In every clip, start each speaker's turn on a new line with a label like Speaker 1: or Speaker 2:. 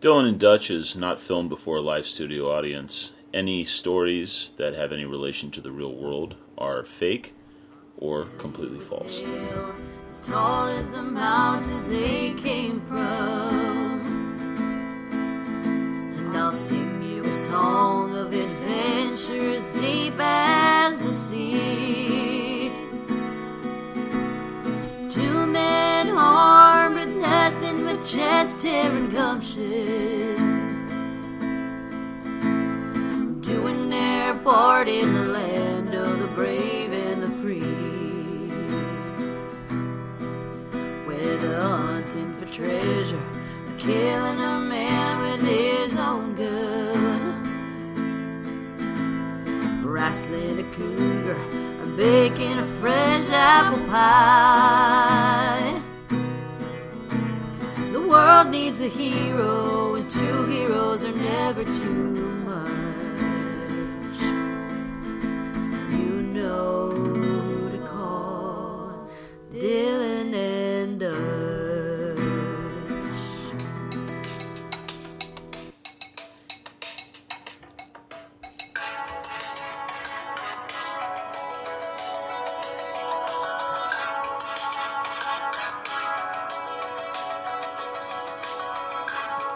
Speaker 1: Dylan and Dutch is not filmed before a live studio audience. Any stories that have any relation to the real world are fake or completely false.
Speaker 2: As tall as the mountains they came from. And I'll sing you a song of adventure as deep as the sea. Two men armed with nothing but chest hair and gumption. Doing their part in the land of the brave and the free whether hunting for treasure or killing a man with his own gun, wrestling a cougar or baking a fresh apple pie. The world needs a hero, and two heroes are never too much. You know who to call Dylan and Dutch.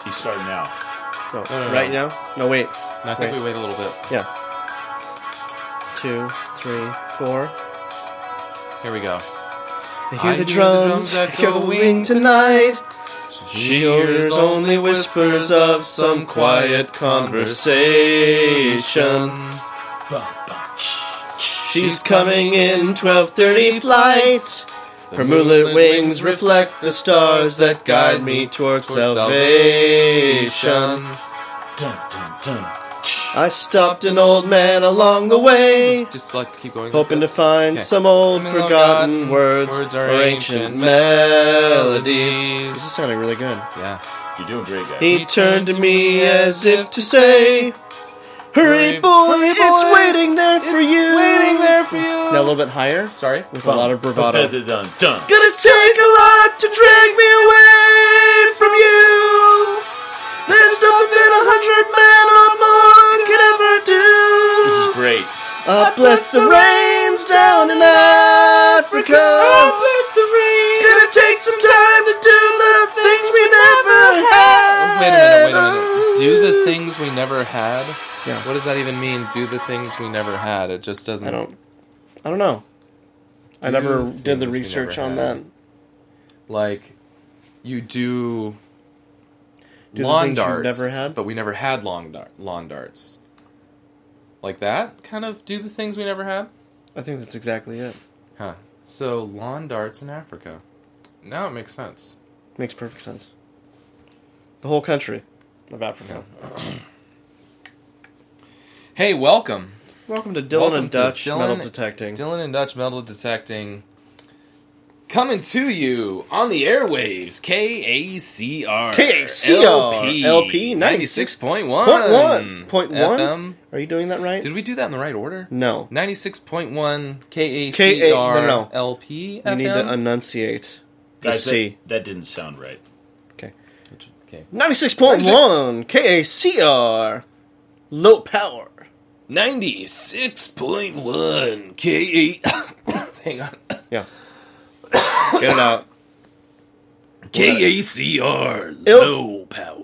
Speaker 1: He's starting out.
Speaker 3: No,
Speaker 4: no, no.
Speaker 3: right now? No, wait.
Speaker 4: And I think
Speaker 3: Wait.
Speaker 4: we wait a little bit.
Speaker 3: Yeah. Two, three, four.
Speaker 4: Here we go.
Speaker 3: I
Speaker 4: I
Speaker 3: hear the
Speaker 4: hear the drums
Speaker 3: drums echoing
Speaker 4: echoing
Speaker 3: tonight.
Speaker 4: She hears only whispers of some quiet conversation.
Speaker 3: She's coming in 12:30 flight. Her moonlit wings reflect the stars that guide me towards salvation. I stopped an old man along the way,
Speaker 4: Just, just like keep going. like
Speaker 3: hoping to
Speaker 4: this.
Speaker 3: find
Speaker 4: Okay.
Speaker 3: some old
Speaker 4: Something
Speaker 3: forgotten words
Speaker 4: words
Speaker 3: or
Speaker 4: are
Speaker 3: ancient
Speaker 4: ancient
Speaker 3: melodies.
Speaker 4: melodies.
Speaker 3: This is sounding really good.
Speaker 4: Yeah.
Speaker 1: You're doing great, guys.
Speaker 3: He turned to me as if to say, Hurry,
Speaker 4: Hurry,
Speaker 3: boy,
Speaker 4: hurry,
Speaker 3: it's
Speaker 4: boy,
Speaker 3: waiting there for you.
Speaker 4: Waiting there for you.
Speaker 3: Now a little bit higher
Speaker 4: Sorry.
Speaker 3: with a lot of bravado.
Speaker 1: Dun, dun, dun, dun.
Speaker 3: Gonna take a lot to drag me away from you. There's nothing that a hundred men or more can ever
Speaker 1: This
Speaker 3: do.
Speaker 1: is great.
Speaker 3: Up bless the rains down in Africa. It's gonna take some time to do the things we never had.
Speaker 4: Wait a minute. Wait a minute. Do the things we never had.
Speaker 3: Yeah.
Speaker 4: What does that even mean? Do the things we never had. It just doesn't.
Speaker 3: I don't. I don't know. I
Speaker 4: Do
Speaker 3: never
Speaker 4: things
Speaker 3: did the
Speaker 4: we
Speaker 3: research
Speaker 4: never
Speaker 3: on that.
Speaker 4: had. like you do,
Speaker 3: Do the
Speaker 4: lawn
Speaker 3: things you
Speaker 4: darts,
Speaker 3: never had?
Speaker 4: but we never had long dar- lawn darts. Like that kind of do the things we never had.
Speaker 3: I think that's exactly it.
Speaker 4: Huh. So lawn darts in Africa. Now it makes sense.
Speaker 3: Makes perfect sense. The whole country of Africa.
Speaker 4: Hey, welcome,
Speaker 3: Welcome to Dylan
Speaker 4: Welcome
Speaker 3: and
Speaker 4: to
Speaker 3: Dutch
Speaker 4: Dylan-
Speaker 3: Metal Detecting.
Speaker 4: Dylan and Dutch metal detecting. Coming to you on the airwaves, K A C R
Speaker 3: KACR, LP,
Speaker 4: ninety six point one
Speaker 3: Point one. Point one?
Speaker 4: FM.
Speaker 3: Are you doing that right?
Speaker 4: Did we do that in the right order?
Speaker 3: no.
Speaker 4: 96.1
Speaker 3: K A- no,
Speaker 4: KACR
Speaker 3: no.
Speaker 4: LP
Speaker 3: You need
Speaker 4: FM?
Speaker 3: to enunciate the
Speaker 1: Guys, that,
Speaker 3: C.
Speaker 1: that didn't sound right.
Speaker 3: Okay.
Speaker 4: okay.
Speaker 3: 96.1 KACR. Low power.
Speaker 4: 96.1 K A Hang on.
Speaker 3: Yeah. Get it out.
Speaker 4: KACR
Speaker 3: Ill-
Speaker 4: low power.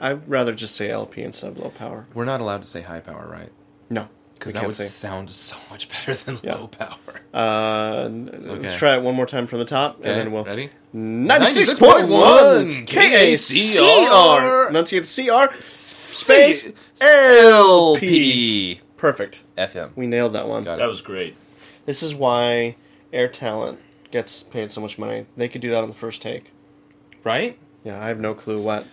Speaker 3: I'd rather just say LP instead of low power.
Speaker 4: We're not allowed to say high power, right?
Speaker 3: No.
Speaker 4: Because
Speaker 3: we
Speaker 4: that
Speaker 3: can't
Speaker 4: would
Speaker 3: say.
Speaker 4: sound so much better than
Speaker 3: Yeah.
Speaker 4: low power.
Speaker 3: Uh, n- Let's
Speaker 4: Okay.
Speaker 3: try it one more time from the top,
Speaker 4: Okay,
Speaker 3: and then we'll.
Speaker 4: Ready?
Speaker 3: 96.1
Speaker 4: 96.1
Speaker 3: KACR.
Speaker 4: KACR.
Speaker 3: Enunciate the CR. Space LP.
Speaker 4: P
Speaker 3: Perfect.
Speaker 4: FM.
Speaker 3: We nailed that one.
Speaker 4: Got
Speaker 1: That
Speaker 4: it.
Speaker 1: was great.
Speaker 3: This is why Air Talent gets paid so much money. They could do that on the first take.
Speaker 4: Right?
Speaker 3: Yeah, I have no clue what.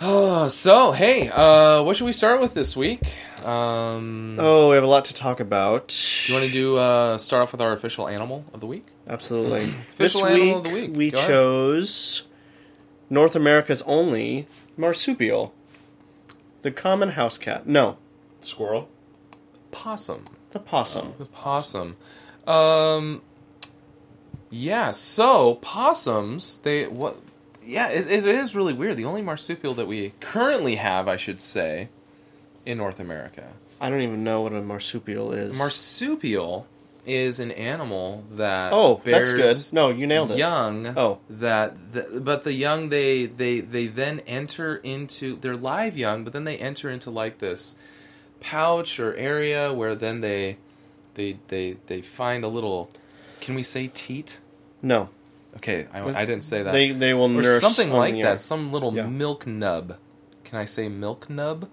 Speaker 4: Oh, so hey, uh, what should we start with this week? Um,
Speaker 3: Oh, we have a lot to talk about.
Speaker 4: Do you want to do uh, start off with our official animal of the week?
Speaker 3: Absolutely. this
Speaker 4: Official
Speaker 3: week,
Speaker 4: animal of the week.
Speaker 3: we
Speaker 4: Go ahead.
Speaker 3: chose North America's only marsupial, the common house cat. No,
Speaker 1: Squirrel?
Speaker 4: Possum.
Speaker 3: the possum.
Speaker 4: The possum. Um, yeah. So possums, they what? yeah, it, it is really weird. The only marsupial that we currently have, I should say, in North America.
Speaker 3: I don't even know what a marsupial is.
Speaker 4: Marsupial is an animal that
Speaker 3: oh, that's
Speaker 4: bears
Speaker 3: good. No, you nailed it.
Speaker 4: young.
Speaker 3: Oh.
Speaker 4: that the, but the young they they they then enter into they're live young, but then they enter into like this pouch or area where then they they they they find a little. Can we say teat?
Speaker 3: No,
Speaker 4: Okay, I, I didn't say that.
Speaker 3: they they will
Speaker 4: or
Speaker 3: nurse
Speaker 4: something
Speaker 3: on
Speaker 4: like
Speaker 3: the
Speaker 4: that.
Speaker 3: earth.
Speaker 4: Some little
Speaker 3: Yeah.
Speaker 4: milk nub. Can I say milk nub?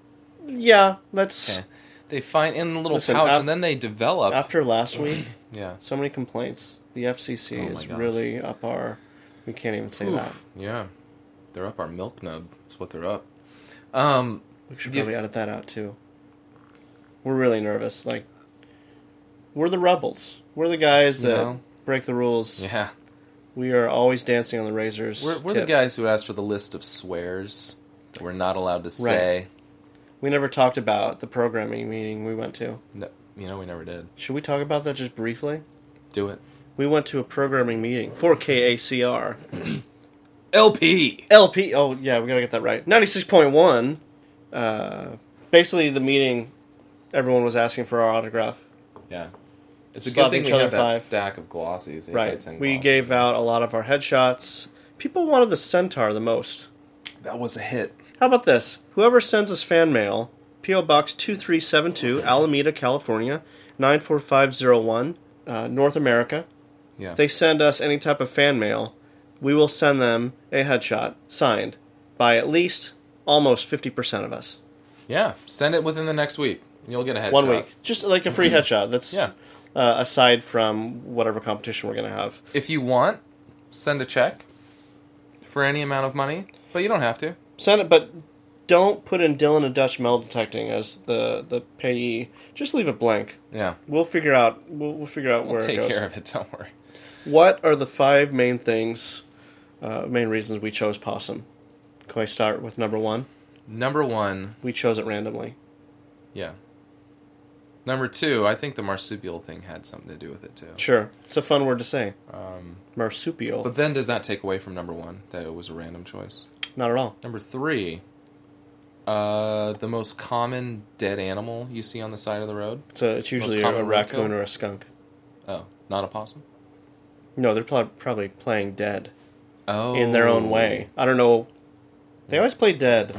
Speaker 3: Yeah, that's
Speaker 4: Okay. They find in a little
Speaker 3: Listen,
Speaker 4: pouch
Speaker 3: af-
Speaker 4: and then they develop.
Speaker 3: after last week.
Speaker 4: yeah.
Speaker 3: So many complaints. The FCC
Speaker 4: Oh my
Speaker 3: is
Speaker 4: gosh.
Speaker 3: really up our. We can't even say that.
Speaker 4: Oof. Yeah. They're up our milk nub. That's what they're up. Um,
Speaker 3: We should
Speaker 4: Do you-
Speaker 3: probably edit that out too. We're really nervous. Like, we're the rebels. We're the guys
Speaker 4: You
Speaker 3: that
Speaker 4: know?
Speaker 3: break the rules.
Speaker 4: yeah.
Speaker 3: We are always dancing on the razors.
Speaker 4: We're, we're the
Speaker 3: tip.
Speaker 4: guys who asked for the list of swears that we're not allowed to say.
Speaker 3: We never talked about the programming meeting we went to.
Speaker 4: No, you know, we never did.
Speaker 3: Should we talk about that just briefly?
Speaker 4: Do it.
Speaker 3: We went to a programming meeting for KACR.
Speaker 4: LP!
Speaker 3: LP. Oh yeah, we gotta get that right. Ninety six point one. Uh, basically, the meeting, everyone was asking for our autograph.
Speaker 4: Yeah. It's a
Speaker 3: Slap
Speaker 4: good thing
Speaker 3: each
Speaker 4: we have
Speaker 3: other
Speaker 4: that
Speaker 3: five.
Speaker 4: stack of glossies. eight by
Speaker 3: Right.
Speaker 4: 10
Speaker 3: We
Speaker 4: glossies.
Speaker 3: gave out a lot of our headshots. People wanted the centaur the most.
Speaker 4: That was a hit.
Speaker 3: How about this? Whoever sends us fan mail, P.O. Box 2372, Alameda, California, 94501, uh, North America.
Speaker 4: Yeah.
Speaker 3: If they send us any type of fan mail, we will send them a headshot signed by at least almost 50% of us.
Speaker 4: yeah. Send it within the next week. and You'll get a headshot.
Speaker 3: One week. Just like a free headshot. That's
Speaker 4: Yeah.
Speaker 3: uh, aside from whatever competition we're going to have.
Speaker 4: If you want, send a check for any amount of money, but you don't have to.
Speaker 3: Send it, but don't put in Dylan and Dutch Metal Detecting as the, the payee. Just leave it blank.
Speaker 4: Yeah.
Speaker 3: We'll figure out. We'll, we'll figure out where
Speaker 4: Take
Speaker 3: it goes.
Speaker 4: care of it. Don't worry.
Speaker 3: What are the five main things, uh, main reasons we chose possum? Can I start with number one?
Speaker 4: Number one,
Speaker 3: We chose it randomly.
Speaker 4: yeah. Number two, I think the marsupial thing had something to do with it too.
Speaker 3: Sure, it's a fun word to say.
Speaker 4: Um,
Speaker 3: Marsupial.
Speaker 4: but then does that take away from number one that it was a random choice?
Speaker 3: Not at all.
Speaker 4: Number three, uh, the most common dead animal you see on the side of the road.
Speaker 3: It's, a, it's usually a,
Speaker 4: common
Speaker 3: a
Speaker 4: roadkill?
Speaker 3: raccoon or a skunk.
Speaker 4: Oh, not a possum.
Speaker 3: No, they're pl- probably playing dead
Speaker 4: Oh,
Speaker 3: in their own way. I don't know. They always play dead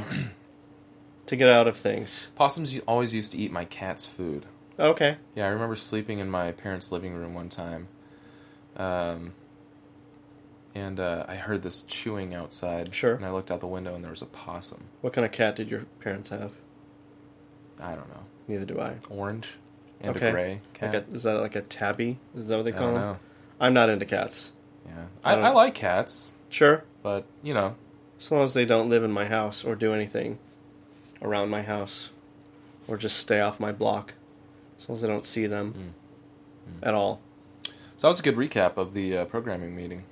Speaker 3: to get out of things.
Speaker 4: Possums u- always used to eat my cat's food.
Speaker 3: Okay.
Speaker 4: Yeah, I remember sleeping in my parents' living room one time. Um, and uh, I heard this chewing outside.
Speaker 3: Sure.
Speaker 4: And I looked out the window and there was a possum.
Speaker 3: What kind of cat did your parents have?
Speaker 4: I don't know.
Speaker 3: Neither do I.
Speaker 4: Orange and
Speaker 3: Okay.
Speaker 4: a gray cat.
Speaker 3: Like a, is that like a tabby? Is that what they
Speaker 4: I
Speaker 3: call
Speaker 4: don't
Speaker 3: them?
Speaker 4: know.
Speaker 3: I'm not into cats.
Speaker 4: Yeah.
Speaker 3: I
Speaker 4: I,
Speaker 3: don't
Speaker 4: I
Speaker 3: know.
Speaker 4: like cats,
Speaker 3: Sure,
Speaker 4: but, you know,
Speaker 3: As long as they don't live in my house or do anything around my house or just stay off my block. As long as I don't see
Speaker 4: Hmm.
Speaker 3: them at all.
Speaker 4: so that was a good recap of the uh, programming meeting.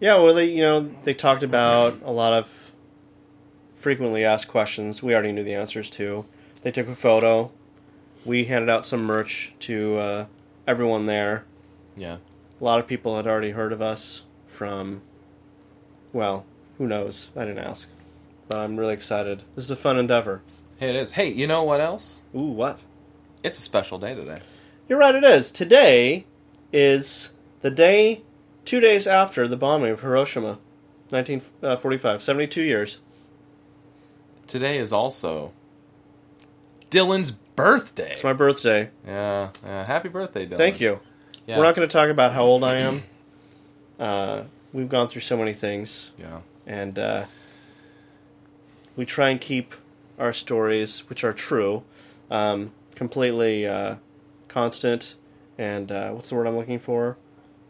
Speaker 3: Yeah, well, they, you know, they talked about a lot of frequently asked questions we already knew the answers to. They took a photo. We handed out some merch to uh, everyone there.
Speaker 4: Yeah.
Speaker 3: A lot of people had already heard of us from, well, who knows? I didn't ask. But I'm really excited. This is a fun endeavor.
Speaker 4: Hey, it is. Hey, you know what else?
Speaker 3: Ooh, what?
Speaker 4: It's a special day today.
Speaker 3: You're right, it is. Today is the day, two days after the bombing of Hiroshima, 1945, 72 years.
Speaker 4: Today is also Dylan's birthday.
Speaker 3: It's my birthday.
Speaker 4: yeah, yeah. Happy birthday, Dylan.
Speaker 3: Thank you.
Speaker 4: Yeah.
Speaker 3: We're not going to talk about how old I am. uh, we've gone through so many things,
Speaker 4: yeah.
Speaker 3: and uh, we try and keep our stories, which are true, um, completely uh, constant and uh, what's the word I'm looking for?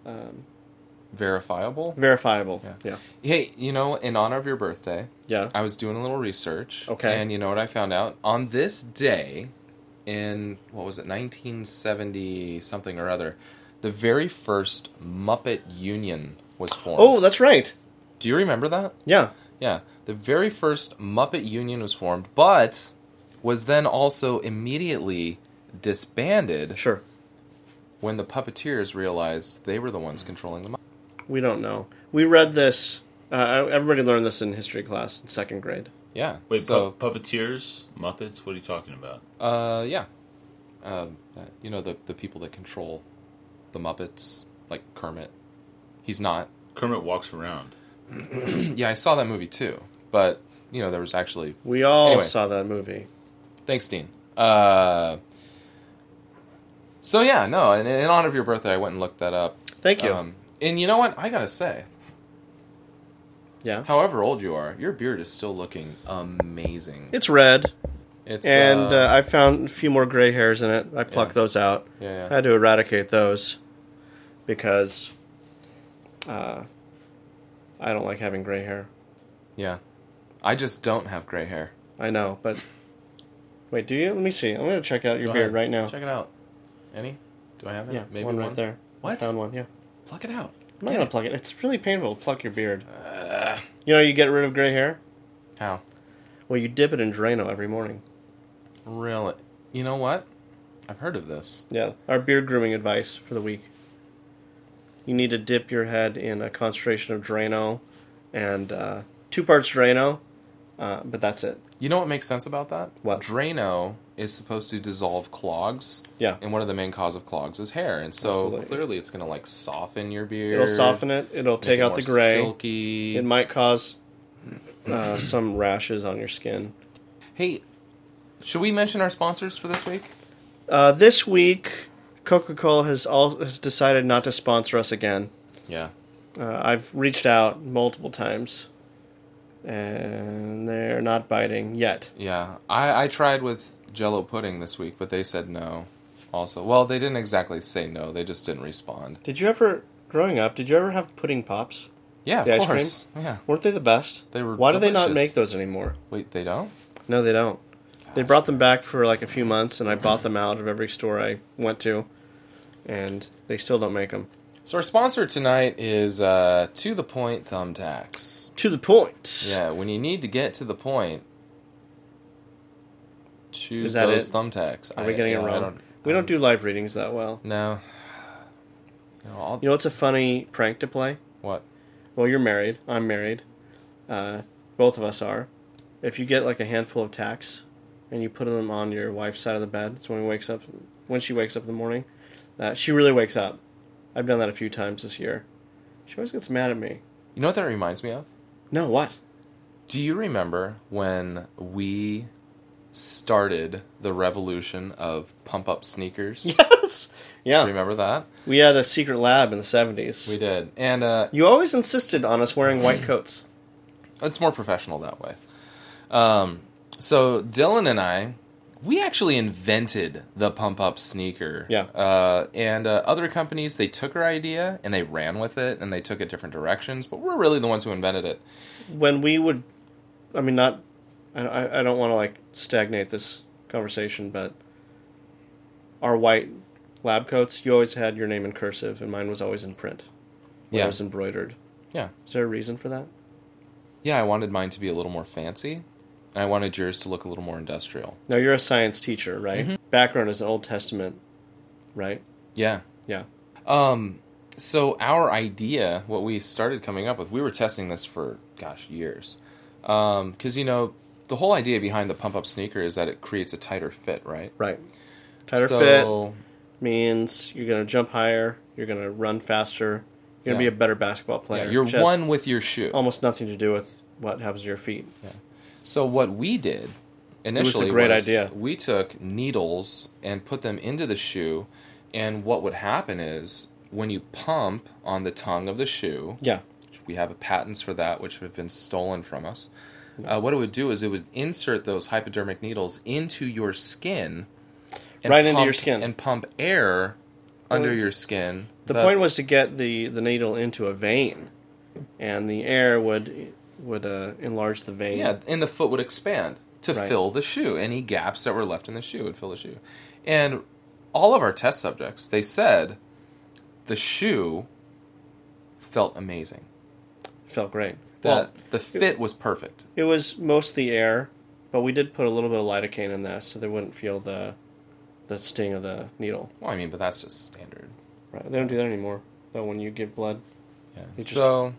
Speaker 3: Um,
Speaker 4: Verifiable.
Speaker 3: verifiable.
Speaker 4: Yeah.
Speaker 3: Yeah.
Speaker 4: Hey, you know, in honor of your birthday,
Speaker 3: Yeah.
Speaker 4: I was doing a little research.
Speaker 3: Okay.
Speaker 4: And you know what I found out? On this day, in what was it, 1970 something or other, the very first Muppet Union was formed.
Speaker 3: Oh, that's right.
Speaker 4: Do you remember that?
Speaker 3: Yeah.
Speaker 4: Yeah. The very first Muppet Union was formed, but was then also immediately disbanded
Speaker 3: Sure.
Speaker 4: when the puppeteers realized they were the ones controlling the Muppet.
Speaker 3: We don't know. We read this Uh, everybody learned this in history class in second grade.
Speaker 4: Yeah.
Speaker 1: Wait,
Speaker 4: so
Speaker 1: pu- puppeteers, Muppets? What are you talking about?
Speaker 4: uh, yeah, um, uh, you know the the people that control the Muppets, like Kermit. He's not.
Speaker 1: Kermit walks around.
Speaker 4: yeah, I saw that movie too, but you know there was actually
Speaker 3: We all
Speaker 4: Anyway.
Speaker 3: saw that movie.
Speaker 4: Thanks, Dean. Uh, so yeah, no, in, in honor of your birthday, I went and looked that up.
Speaker 3: Thank you.
Speaker 4: Um, and you know what? I gotta say,
Speaker 3: yeah,
Speaker 4: however old you are, your beard is still looking amazing.
Speaker 3: it's red,
Speaker 4: It's
Speaker 3: and
Speaker 4: uh,
Speaker 3: uh, I found a few more gray hairs in it. I plucked
Speaker 4: Yeah.
Speaker 3: those out.
Speaker 4: yeah,
Speaker 3: I
Speaker 4: yeah.
Speaker 3: had to eradicate those because uh, I don't like having gray hair.
Speaker 4: yeah. I just don't have gray hair.
Speaker 3: I know, but wait, do you? Let me see. I'm gonna check out your
Speaker 4: Go
Speaker 3: beard
Speaker 4: ahead.
Speaker 3: right now.
Speaker 4: Check it out. Any? Do I have it?
Speaker 3: yeah, one right there.
Speaker 4: What?
Speaker 3: Found one. Yeah,
Speaker 4: Pluck it out.
Speaker 3: I'm not
Speaker 4: Get
Speaker 3: gonna
Speaker 4: it.
Speaker 3: pluck it. It's really painful to pluck your beard.
Speaker 4: Ugh.
Speaker 3: You know, you get rid of gray hair.
Speaker 4: how?
Speaker 3: Well, you dip it in Drano every morning.
Speaker 4: Really? You know what? I've heard of this.
Speaker 3: Yeah, our beard grooming advice for the week. You need to dip your head in a concentration of Drano, and uh, two parts Drano, uh, but that's it.
Speaker 4: You know what makes sense about that?
Speaker 3: What?
Speaker 4: Drano is supposed to dissolve clogs.
Speaker 3: Yeah.
Speaker 4: And one of the main cause of clogs is hair, and so
Speaker 3: Absolutely.
Speaker 4: clearly it's going to like soften your beard.
Speaker 3: It'll soften it. It'll
Speaker 4: make
Speaker 3: take
Speaker 4: it
Speaker 3: out the
Speaker 4: more
Speaker 3: gray.
Speaker 4: Silky.
Speaker 3: It might cause uh, some rashes on your skin.
Speaker 4: hey, should we mention our sponsors for this week?
Speaker 3: Uh, this week, Coca Cola has all has decided not to sponsor us again.
Speaker 4: Yeah.
Speaker 3: Uh, I've reached out multiple times, and they're not biting yet.
Speaker 4: Yeah, I, I tried with Jello pudding this week, but they said no. Also, well, they didn't exactly say no; they just didn't respond.
Speaker 3: Did you ever, growing up, did you ever have pudding pops?
Speaker 4: Yeah, of
Speaker 3: The ice
Speaker 4: course. Yeah.
Speaker 3: Weren't they the best?
Speaker 4: They were
Speaker 3: Why do they not
Speaker 4: delicious.
Speaker 3: make those anymore?
Speaker 4: Wait, they don't.
Speaker 3: No, they don't. They brought them back for like a few months, and I bought them out of every store I went to, and they still don't make them.
Speaker 4: So our sponsor tonight is uh, To the Point Thumbtacks.
Speaker 3: To the point.
Speaker 4: Yeah, when you need to get to the point, choose
Speaker 3: Is that
Speaker 4: those
Speaker 3: it?
Speaker 4: thumbtacks.
Speaker 3: Are we getting
Speaker 4: yeah,
Speaker 3: it wrong?
Speaker 4: I don't, um,
Speaker 3: we don't do live readings that well.
Speaker 4: no. You know, I'll,
Speaker 3: You know what's a funny prank to play?
Speaker 4: what?
Speaker 3: Well, you're married. I'm married. Uh, both of us are. If you get like a handful of tacks and you put them on your wife's side of the bed, so when he wakes up, when she wakes up in the morning, uh, she really wakes up. I've done that a few times this year. She always gets mad at me.
Speaker 4: You know what that reminds me of?
Speaker 3: No, what?
Speaker 4: Do you remember when we started the revolution of pump up sneakers?
Speaker 3: yeah,
Speaker 4: Remember that?
Speaker 3: we had a secret lab in the seventies.
Speaker 4: We did. And uh,
Speaker 3: You always insisted on us wearing white coats.
Speaker 4: it's more professional that way. Um, so Dylan and I, we actually invented the pump up sneaker.
Speaker 3: Yeah.
Speaker 4: Uh, and uh, other companies, they took our idea and they ran with it and they took it different directions, but we're really the ones who invented it.
Speaker 3: When we would, I mean, not. I- I, I don't want to like stagnate this conversation, but our white lab coats. You always had your name in cursive, and mine was always in print. Mine
Speaker 4: Yeah.
Speaker 3: was embroidered.
Speaker 4: Yeah.
Speaker 3: Is there a reason for that?
Speaker 4: Yeah, I wanted mine to be a little more fancy. And I wanted yours to look a little more industrial.
Speaker 3: Now you're a science teacher, right?
Speaker 4: Mm-hmm.
Speaker 3: Background is Old Testament, right?
Speaker 4: Yeah.
Speaker 3: Yeah.
Speaker 4: Um, so our idea, what we started coming up with, we were testing this for gosh years, because you know the whole idea behind the pump up sneaker is that it creates a tighter fit, right?
Speaker 3: Right. Tighter
Speaker 4: so,
Speaker 3: fit means you're gonna jump higher. You're gonna run faster. You're gonna
Speaker 4: Yeah.
Speaker 3: be a better basketball player.
Speaker 4: yeah, you're
Speaker 3: which has
Speaker 4: one with your shoe.
Speaker 3: Almost nothing to do with what happens to your feet.
Speaker 4: So what we did
Speaker 3: was a
Speaker 4: initially
Speaker 3: great
Speaker 4: was
Speaker 3: idea.
Speaker 4: we took needles and put them into the shoe, and what would happen is when you pump on the tongue of the shoe,
Speaker 3: Yeah.
Speaker 4: We have patents for that, which have been stolen from us. Uh, what it would do is it would insert those hypodermic needles into your skin, and
Speaker 3: Right into your skin.
Speaker 4: and pump air under
Speaker 3: Well,
Speaker 4: your skin.
Speaker 3: The
Speaker 4: thus-
Speaker 3: point was to get the, the needle into a vein, and the air would would uh, enlarge the vein.
Speaker 4: yeah, and the foot would expand to
Speaker 3: Right.
Speaker 4: fill the shoe. Any gaps that were left in the shoe would fill the shoe, and all of our test subjects they said the shoe felt amazing.
Speaker 3: felt great.
Speaker 4: The,
Speaker 3: well,
Speaker 4: the fit was perfect.
Speaker 3: it was mostly air, but we did put a little bit of lidocaine in that, so they wouldn't feel the the sting of the needle.
Speaker 4: Well, I mean, but that's just standard.
Speaker 3: Right? They don't do that anymore. Though when you give blood,
Speaker 4: Yeah.
Speaker 3: Interesting.
Speaker 4: So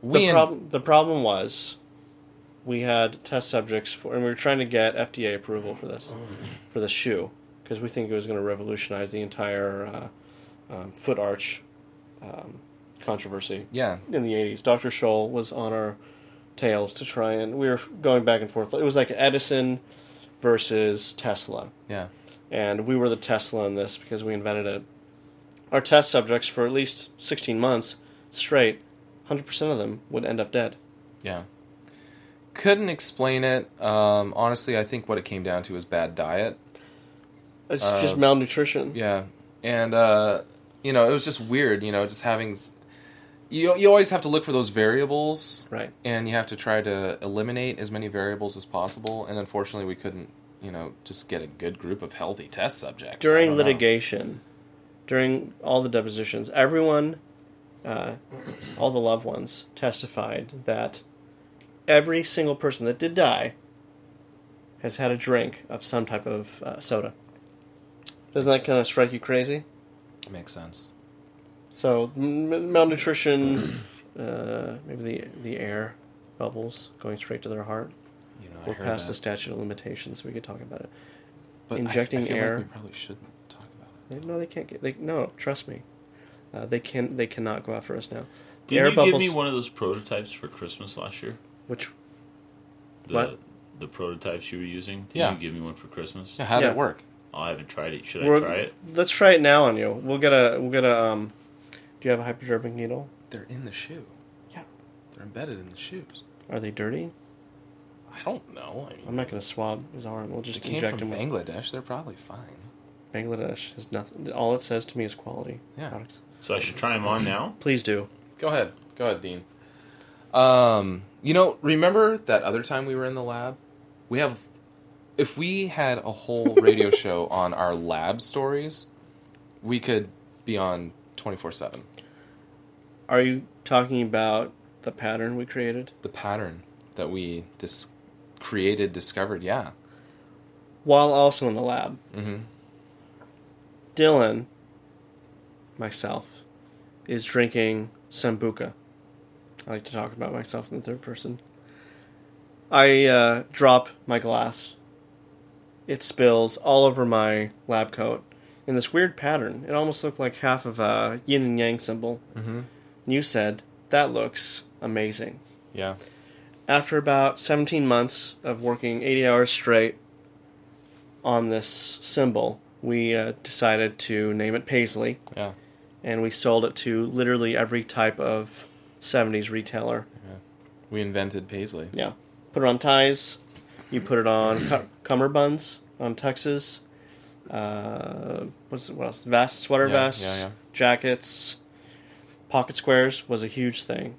Speaker 4: we
Speaker 3: The
Speaker 4: in-
Speaker 3: problem the problem was we had test subjects for, and we were trying to get FDA approval for this for the shoe because we think it was going to revolutionize the entire uh, um, foot arch um, controversy
Speaker 4: yeah
Speaker 3: in the 80s. Dr. Scholl was on our tails to try and we were going back and forth. It was like Edison versus Tesla.
Speaker 4: yeah
Speaker 3: And we were the Tesla in this because we invented it. Our test subjects for at least 16 months straight, 100% of them would end up dead.
Speaker 4: yeah couldn't explain it um, honestly i think what it came down to was bad diet
Speaker 3: It's just malnutrition.
Speaker 4: Yeah, and uh, you know, it was just weird. You know, just having s- you you always have to look for those variables,
Speaker 3: Right.
Speaker 4: And you have to try to eliminate as many variables as possible. And unfortunately, we couldn't. You know, just get a good group of healthy test subjects I
Speaker 3: During
Speaker 4: don't know.
Speaker 3: litigation, during all the depositions, everyone, uh, all the loved ones, testified that every single person that did die has had a drink of some type of uh, soda. Doesn't that kind of strike you crazy?
Speaker 4: Makes sense.
Speaker 3: So m- malnutrition, uh, maybe the the air bubbles going straight to their heart.
Speaker 4: You know, I
Speaker 3: We're
Speaker 4: heard
Speaker 3: past
Speaker 4: that.
Speaker 3: the statute of limitations. We could talk about it.
Speaker 4: But I- I
Speaker 3: injecting
Speaker 4: feel like
Speaker 3: air.
Speaker 4: we probably shouldn't talk about it.
Speaker 3: They- No, they can't get. They, no, trust me. Uh, they can. They cannot go after us now. The
Speaker 1: Did you give me one of those prototypes for Christmas last year?
Speaker 3: Which
Speaker 1: The,
Speaker 3: What?
Speaker 1: The prototypes you were using. Did
Speaker 4: Yeah.
Speaker 1: you give me one for Christmas? Oh,
Speaker 4: Yeah, how did
Speaker 3: Yeah.
Speaker 4: it work?
Speaker 1: I haven't tried it. Should I
Speaker 3: we're-
Speaker 1: try it?
Speaker 3: Let's try it now on you. We'll get a. We'll get a. Um, do you have a hypodermic needle?
Speaker 4: They're in the shoe.
Speaker 3: Yeah.
Speaker 4: They're embedded in the shoes.
Speaker 3: Are they dirty?
Speaker 4: I don't know. I mean,
Speaker 3: I'm not going to swab his arm. We'll
Speaker 4: they
Speaker 3: just
Speaker 4: came
Speaker 3: inject
Speaker 4: from
Speaker 3: him. with-
Speaker 4: Bangladesh. They're probably fine.
Speaker 3: Bangladesh is nothing. All it says to me is quality
Speaker 4: Yeah.
Speaker 3: products.
Speaker 1: So I should try them on now.
Speaker 3: Please do.
Speaker 4: Go ahead. Go ahead, Dean. Um, you know, remember that other time we were in the lab? We have if we had a whole radio show on our lab stories, we could be on 24/7.
Speaker 3: Are you talking about the pattern we created?
Speaker 4: The pattern that we dis- created discovered, yeah.
Speaker 3: While also in the lab,
Speaker 4: Mhm.
Speaker 3: Dylan, myself, is drinking sambuca. I like to talk about myself in the third person. I uh, drop my glass. It spills all over my lab coat in this weird pattern. It almost looked like half of a yin and yang symbol. Mm-hmm. And you said, That looks amazing.
Speaker 4: Yeah.
Speaker 3: After about 17 months of working 80 hours straight on this symbol, we uh, decided to name it Paisley
Speaker 4: Yeah.
Speaker 3: and we sold it to literally every type of 70s retailer.
Speaker 4: We invented Paisley.
Speaker 3: Yeah. Put it on ties. You put it on cu- cummerbunds, on tuxes. Uh, what's what else? Vests, sweater
Speaker 4: Yeah,
Speaker 3: vests,
Speaker 4: yeah, yeah.
Speaker 3: jackets, pocket squares was a huge thing.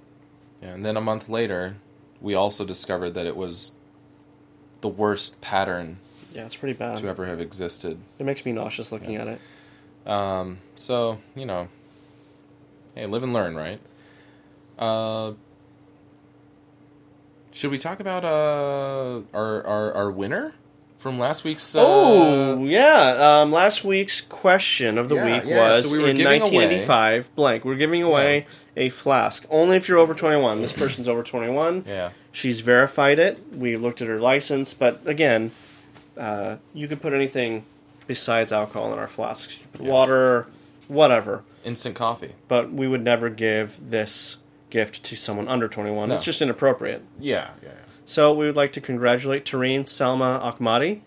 Speaker 4: Yeah, and then a month later, we also discovered that it was the worst pattern
Speaker 3: Yeah, it's pretty bad.
Speaker 4: to ever have existed.
Speaker 3: It makes me nauseous looking at it.
Speaker 4: Um, so you know, hey, live and learn, right? Uh, should we talk about uh our our, our winner from last week's? Uh,
Speaker 3: Oh yeah! Um, last week's question of the
Speaker 4: Yeah,
Speaker 3: week
Speaker 4: yeah,
Speaker 3: was
Speaker 4: so we were
Speaker 3: in
Speaker 4: giving away-
Speaker 3: 1985 blank. We're giving away a flask only if you're over 21. This person's over 21.
Speaker 4: yeah,
Speaker 3: She's verified it. We looked at her license, but again, uh, you could put anything besides alcohol in our flasks. You could put
Speaker 4: Yeah.
Speaker 3: Water, whatever.
Speaker 4: instant coffee.
Speaker 3: But we would never give this gift to someone under 21.
Speaker 4: No.
Speaker 3: It's just inappropriate.
Speaker 4: Yeah, yeah,
Speaker 3: So we would like to congratulate Tareen Salma Akhmadi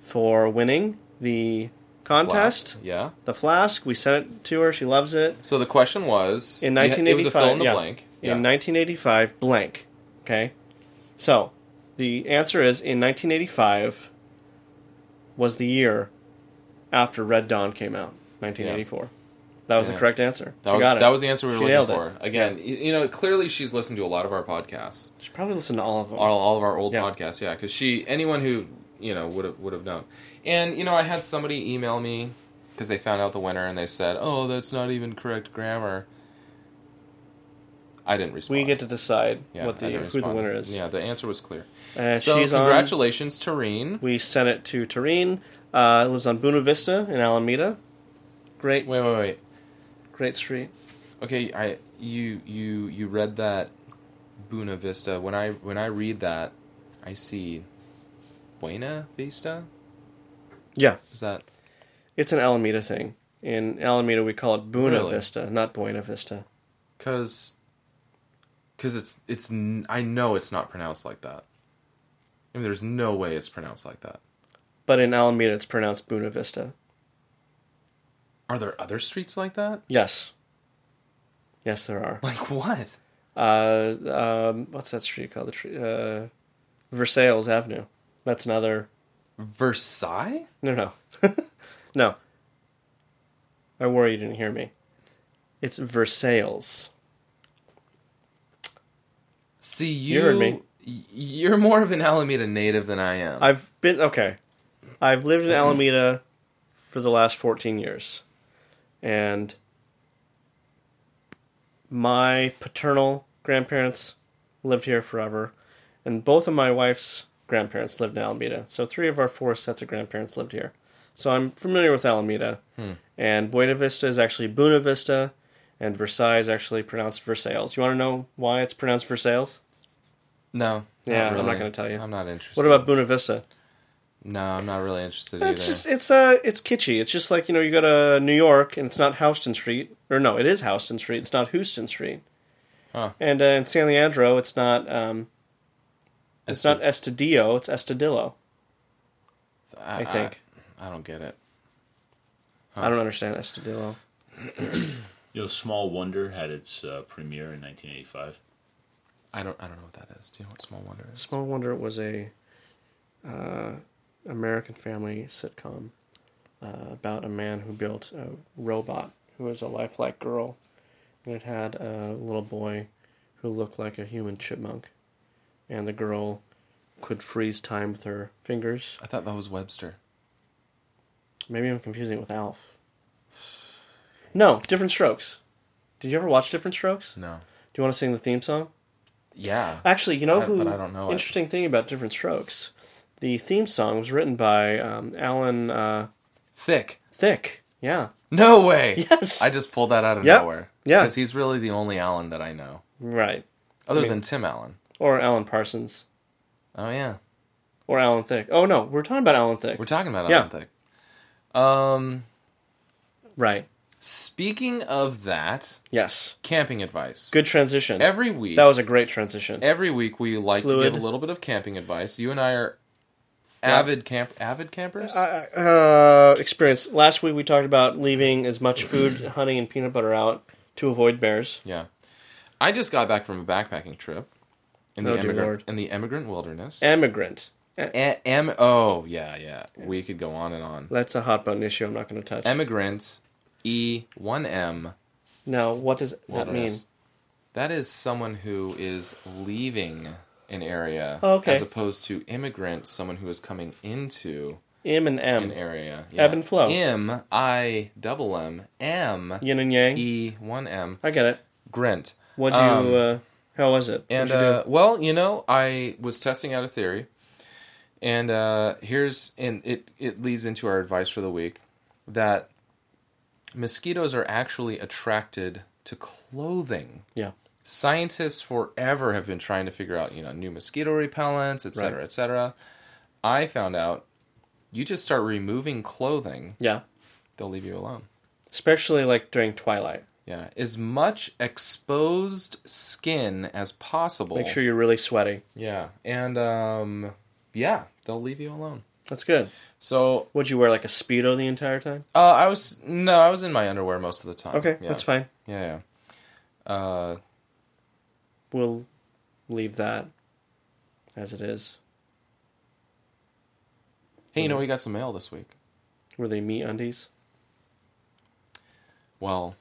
Speaker 3: for winning the contest.
Speaker 4: Yeah.
Speaker 3: The flask, we sent it to her. She loves it.
Speaker 4: So the question was
Speaker 3: In
Speaker 4: you ha- It was a
Speaker 3: 1985,
Speaker 4: fill in the
Speaker 3: yeah.
Speaker 4: blank.
Speaker 3: In 1985, blank. Okay. So the answer is in 1985 was the year after Red Dawn came out, 1984. That was
Speaker 4: Yeah.
Speaker 3: the correct answer.
Speaker 4: That
Speaker 3: she
Speaker 4: was
Speaker 3: got it.
Speaker 4: that was the answer we were
Speaker 3: She
Speaker 4: looking
Speaker 3: nailed
Speaker 4: for.
Speaker 3: it.
Speaker 4: Again, y- you know, clearly she's listened to a lot of our podcasts.
Speaker 3: She probably listened to all of them.
Speaker 4: all, all of our old
Speaker 3: Yeah.
Speaker 4: podcasts. Yeah, because she anyone who you know would have would have known. And you know, I had somebody email me because they found out the winner and they said, "Oh, that's not even correct grammar." I didn't respond.
Speaker 3: we get to decide
Speaker 4: Yeah,
Speaker 3: what
Speaker 4: I
Speaker 3: the
Speaker 4: didn't
Speaker 3: who the
Speaker 4: respond.
Speaker 3: winner is.
Speaker 4: Yeah, the answer was clear.
Speaker 3: Uh,
Speaker 4: so
Speaker 3: she's on
Speaker 4: congratulations, Tareen.
Speaker 3: We sent it to Tareen. Uh, lives on Buena Vista in Alameda. Great,
Speaker 4: Wait, wait, wait.
Speaker 3: great street.
Speaker 4: Okay, I you you you read that Buena Vista. When I when I read that, I see Buena Vista.
Speaker 3: Yeah,
Speaker 4: Is that
Speaker 3: it's an Alameda thing. In Alameda, we call it Buena
Speaker 4: Really?
Speaker 3: Vista, not Buena Vista.
Speaker 4: because because it's it's n- I know it's not pronounced like that. I mean, there's no way it's pronounced like that.
Speaker 3: But in Alameda, it's pronounced Buena Vista.
Speaker 4: Are there other streets like that?
Speaker 3: Yes. Yes, there are.
Speaker 4: Like what?
Speaker 3: Uh, um, what's that street called? The tr- uh, Versailles Avenue. That's another.
Speaker 4: Versailles?
Speaker 3: No, no, no. I worry you didn't hear me. It's Versailles.
Speaker 4: See you.
Speaker 3: You heard me.
Speaker 4: y- You're more of an Alameda native than I am.
Speaker 3: I've been okay. I've lived in Alameda for the last 14 years. And my paternal grandparents lived here forever, and both of my wife's grandparents lived in Alameda. So three of our four sets of grandparents lived here. So I'm familiar with Alameda. And Buena Vista is actually Buena Vista, and Versailles is actually pronounced Versailles. You want to know why it's pronounced Versailles?
Speaker 4: no.
Speaker 3: Yeah, I'm
Speaker 4: really.
Speaker 3: not gonna tell you.
Speaker 4: I'm not interested.
Speaker 3: What about Buena Vista?
Speaker 4: No, I'm not really interested
Speaker 3: It's
Speaker 4: either.
Speaker 3: just it's uh it's kitschy. It's just like you know you go to New York and it's not Houston Street or no it is Houston Street. It's not Houston Street.
Speaker 4: Huh.
Speaker 3: And uh, in San Leandro it's not um it's not Estadio it's Estadillo. I think
Speaker 4: I, don't get it.
Speaker 3: I, don't understand Estadillo.
Speaker 1: You know, Small Wonder had its uh, premiere in 1985.
Speaker 4: I don't. I don't know what that is. Do you know what Small Wonder is?
Speaker 3: Small wonder it was a uh, American Family sitcom uh, about a man who built a robot who was a lifelike girl, and it had a little boy who looked like a human chipmunk, and the girl could freeze time with her fingers.
Speaker 4: I thought that was Webster.
Speaker 3: Maybe I'm confusing it with Alf. No, Different Strokes. Did you ever watch Different Strokes? Do
Speaker 4: No.
Speaker 3: you want to sing the theme song?
Speaker 4: Yeah.
Speaker 3: Actually, you know
Speaker 4: I-
Speaker 3: who?
Speaker 4: but I don't know it.
Speaker 3: Interesting thing about Different Strokes, the theme song was written by um, Alan uh,
Speaker 4: Thick.
Speaker 3: Thick. Yeah,
Speaker 4: No way.
Speaker 3: Yes.
Speaker 4: I just pulled that out of
Speaker 3: Yep.
Speaker 4: nowhere.
Speaker 3: Yeah.
Speaker 4: Because he's really the only Allen that I know,
Speaker 3: right.
Speaker 4: other
Speaker 3: mean-
Speaker 4: than Tim Allen.
Speaker 3: Or Alan Parsons,
Speaker 4: Oh yeah.
Speaker 3: or Alan Thick. Oh no, we're talking about Alan Thick,
Speaker 4: We're talking about
Speaker 3: Yeah.
Speaker 4: Alan Thick. Um.
Speaker 3: right?
Speaker 4: Speaking of that,
Speaker 3: Yes.
Speaker 4: camping advice.
Speaker 3: Good transition.
Speaker 4: Every week.
Speaker 3: that was a great transition.
Speaker 4: every week we like to
Speaker 3: Fluid.
Speaker 4: give a little bit of camping advice. You and I are avid camp avid campers.
Speaker 3: uh, experience. Last week we talked about leaving as much food, honey, and peanut butter out to avoid bears.
Speaker 4: yeah. I just got back from a backpacking trip in
Speaker 3: Oh, dear
Speaker 4: the
Speaker 3: Lord.
Speaker 4: immigrant in the immigrant wilderness.
Speaker 3: Emigrant. Eh,
Speaker 4: A- em- oh yeah, yeah. We could go on and on.
Speaker 3: That's a hot button issue. I'm not going to touch.
Speaker 4: Emigrant E one M
Speaker 3: now, what does that mean?
Speaker 4: wilderness. That is someone who is leaving an area
Speaker 3: Oh, okay.
Speaker 4: as opposed to immigrant, someone who is coming into
Speaker 3: M and M.
Speaker 4: an area.
Speaker 3: Um, Ebb and flow.
Speaker 4: M I double M M
Speaker 3: Yin and Yang.
Speaker 4: E one M
Speaker 3: I get it.
Speaker 4: Grint.
Speaker 3: What do
Speaker 4: Um,
Speaker 3: you? Uh, how was it?
Speaker 4: And
Speaker 3: What'd you do?
Speaker 4: uh, well, you know, I was testing out a theory, and uh, here's and it it leads into our advice for the week that mosquitoes are actually attracted to clothing.
Speaker 3: yeah,
Speaker 4: Scientists forever have been trying to figure out, you know, new mosquito repellents, et cetera,
Speaker 3: Right.
Speaker 4: et cetera. I found out you just start removing clothing,
Speaker 3: yeah.
Speaker 4: they'll leave you alone.
Speaker 3: Especially like during twilight.
Speaker 4: Yeah, as much exposed skin as possible.
Speaker 3: Make sure you're really sweaty.
Speaker 4: Yeah, and um, yeah, they'll leave you alone.
Speaker 3: That's good.
Speaker 4: So
Speaker 3: Would you wear like a speedo the entire time?
Speaker 4: uh, I was no, I was in my underwear most of the time.
Speaker 3: Okay,
Speaker 4: Um, yeah.
Speaker 3: that's fine.
Speaker 4: Yeah, yeah. Uh,
Speaker 3: We'll leave that as it is. Mm-hmm.
Speaker 4: hey, you know we got some mail this week.
Speaker 3: Were they meat undies?
Speaker 4: Well,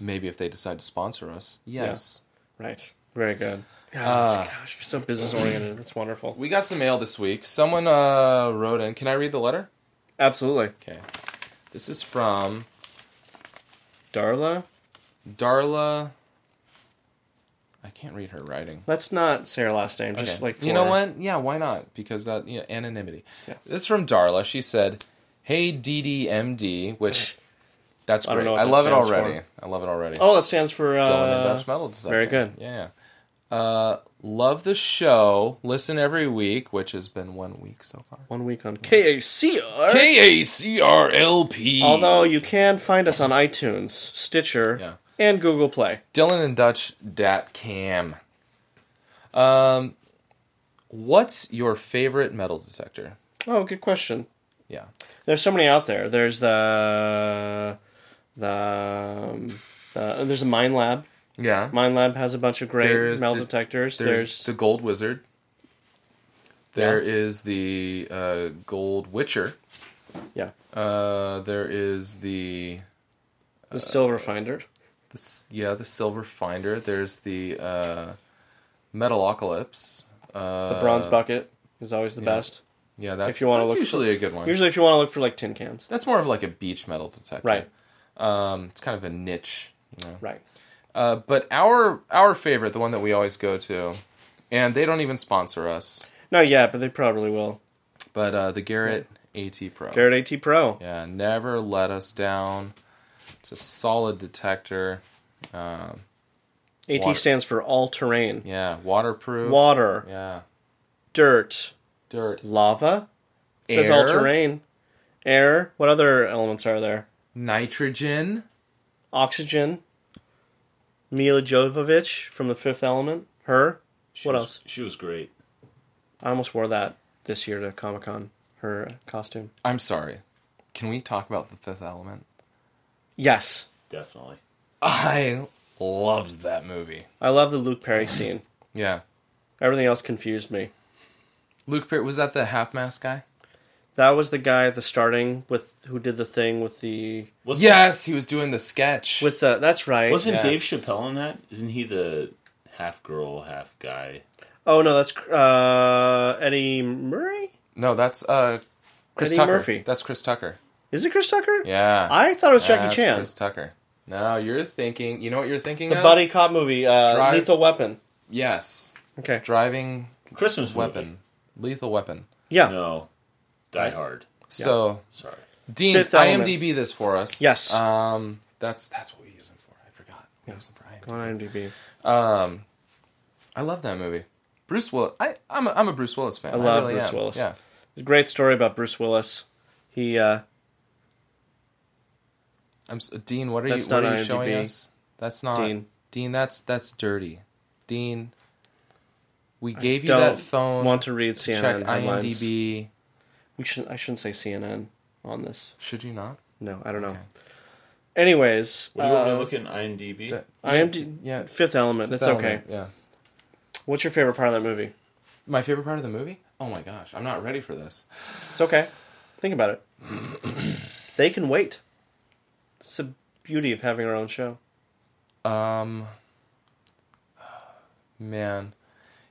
Speaker 4: maybe if they decide to sponsor us. Yes,
Speaker 3: Right. Very good. Gosh,
Speaker 4: Ah.
Speaker 3: gosh you're so business oriented. That's wonderful.
Speaker 4: we got some mail this week. Someone uh, wrote in. Can I read the letter?
Speaker 3: Absolutely.
Speaker 4: Okay, this is from
Speaker 3: Darla,
Speaker 4: Darla. I can't read her writing.
Speaker 3: let's not say her last name. Just
Speaker 4: Okay.
Speaker 3: like for,
Speaker 4: you know what? Yeah, why not? Because that you know, anonymity.
Speaker 3: Yeah.
Speaker 4: This is from Darla. She said, "Hey DDMD," which that's
Speaker 3: I don't
Speaker 4: great.
Speaker 3: know what
Speaker 4: I
Speaker 3: that
Speaker 4: love it
Speaker 3: stands
Speaker 4: already. I love it already.
Speaker 3: Oh, that stands for
Speaker 4: Dylan and
Speaker 3: uh,
Speaker 4: Dutch Metal Detector.
Speaker 3: very good.
Speaker 4: Yeah. Uh, love the show. Listen every week, which has been one week so far.
Speaker 3: One week on KACR.
Speaker 4: K A C R L P.
Speaker 3: Although you can find us on iTunes, Stitcher,
Speaker 4: Yeah.
Speaker 3: and Google Play.
Speaker 4: Dylan and Dutch dat cam. Um, what's your favorite metal detector?
Speaker 3: Oh, good question.
Speaker 4: Yeah,
Speaker 3: There's so many out there. There's the the, um, the there's a Mind Lab.
Speaker 4: yeah.
Speaker 3: Mind Lab has a bunch of great
Speaker 4: There's
Speaker 3: metal
Speaker 4: the-
Speaker 3: detectors.
Speaker 4: there's,
Speaker 3: There's,
Speaker 4: the Gold Wizard. There
Speaker 3: Yeah.
Speaker 4: is the uh, Gold Witcher.
Speaker 3: yeah,
Speaker 4: Uh, there is the,
Speaker 3: the Silver Finder.
Speaker 4: the s- yeah the Silver Finder. There's the uh, Metalocalypse. Uh,
Speaker 3: The Bronze Bucket is always the best.
Speaker 4: Yeah, that's,
Speaker 3: if you wanna
Speaker 4: that's
Speaker 3: look for-
Speaker 4: usually a good one.
Speaker 3: Usually, if you want to look for like tin cans,
Speaker 4: that's more of like a beach metal detector.
Speaker 3: right,
Speaker 4: Um, it's kind of a niche. You know?
Speaker 3: right.
Speaker 4: Uh, but our our favorite, the one that we always go to, and they don't even sponsor us,
Speaker 3: No, yeah, but they probably will.
Speaker 4: but uh, the Garrett AT Pro.
Speaker 3: Garrett AT Pro.
Speaker 4: Yeah, never let us down. It's a solid detector. Um,
Speaker 3: AT
Speaker 4: Water.
Speaker 3: stands for all terrain.
Speaker 4: yeah, waterproof.
Speaker 3: Water,
Speaker 4: Yeah,
Speaker 3: dirt,
Speaker 4: dirt.
Speaker 3: lava. It says all
Speaker 4: Air.
Speaker 3: terrain. Air. What other elements are there?
Speaker 4: Nitrogen.
Speaker 3: Oxygen. Mila Jovovich from the Fifth Element. Her.
Speaker 1: She
Speaker 3: What
Speaker 1: was-
Speaker 3: else?
Speaker 1: She was great.
Speaker 3: I almost wore that this year to Comic Con. Her costume.
Speaker 4: I'm sorry. Can we talk about the Fifth Element?
Speaker 3: Yes,
Speaker 1: Definitely.
Speaker 4: I loved that movie.
Speaker 3: I love the Luke Perry scene.
Speaker 4: Yeah,
Speaker 3: Everything else confused me.
Speaker 4: Luke Perry was that the half mask guy?
Speaker 3: That was the guy at the starting with who did the thing with the
Speaker 1: Wasn't,
Speaker 4: Yes, he was doing the sketch.
Speaker 3: with the. That's right.
Speaker 1: Wasn't Dave
Speaker 4: Yes.
Speaker 1: Chappelle in that? Isn't he the half girl, half guy?
Speaker 3: Oh no, that's uh, Eddie Murray.
Speaker 4: no, that's uh, Chris
Speaker 3: Eddie
Speaker 4: Tucker.
Speaker 3: Murphy.
Speaker 4: That's Chris Tucker.
Speaker 3: Is it Chris Tucker?
Speaker 4: Yeah,
Speaker 3: I thought it was Jackie
Speaker 4: That's
Speaker 3: Chan.
Speaker 4: Chris Tucker. No, you're thinking. You know what you're thinking
Speaker 3: the
Speaker 4: of?
Speaker 3: buddy cop movie, uh,
Speaker 4: Drive-
Speaker 3: Lethal Weapon.
Speaker 4: Yes,
Speaker 3: Okay.
Speaker 4: driving
Speaker 1: Christmas
Speaker 4: weapon, lethal weapon.
Speaker 3: Yeah.
Speaker 1: Movie. No, Die Hard.
Speaker 4: So,
Speaker 1: Sorry.
Speaker 4: Dean,
Speaker 3: Fifth Element.
Speaker 4: IMDb this for us.
Speaker 3: Yes.
Speaker 4: Um, that's that's what we use them for. I forgot. We use them for IMDb.
Speaker 3: On IMDb.
Speaker 4: Um, I love that movie. Bruce Willis. I I'm a, I'm a Bruce Willis fan. I
Speaker 3: love
Speaker 4: really
Speaker 3: Bruce
Speaker 4: am.
Speaker 3: Willis.
Speaker 4: Yeah.
Speaker 3: There's a great story about Bruce Willis. He uh,
Speaker 4: I'm s- Dean. What are
Speaker 3: That's
Speaker 4: you? What
Speaker 3: not
Speaker 4: are you showing
Speaker 3: IMDb.
Speaker 4: us? That's not
Speaker 3: Dean.
Speaker 4: Dean. That's that's dirty. Dean, we gave you
Speaker 3: don't
Speaker 4: that phone.
Speaker 3: want to read CNN
Speaker 4: check
Speaker 3: headlines.
Speaker 4: IMDb.
Speaker 3: We should I shouldn't say CNN on this.
Speaker 4: Should you not?
Speaker 3: No, I don't know.
Speaker 4: Okay.
Speaker 3: Anyways,
Speaker 1: What do you want me
Speaker 3: uh,
Speaker 1: to look at in IMDb?
Speaker 3: IMD
Speaker 4: Yeah.
Speaker 3: Fifth Element. That's
Speaker 4: Fifth
Speaker 3: okay.
Speaker 4: Element, Yeah.
Speaker 3: What's your favorite part of that movie?
Speaker 4: My favorite part of the movie? Oh my gosh, I'm not ready for this.
Speaker 3: It's okay. Think about it. they can wait. It's the beauty of having our own show.
Speaker 4: Um, man,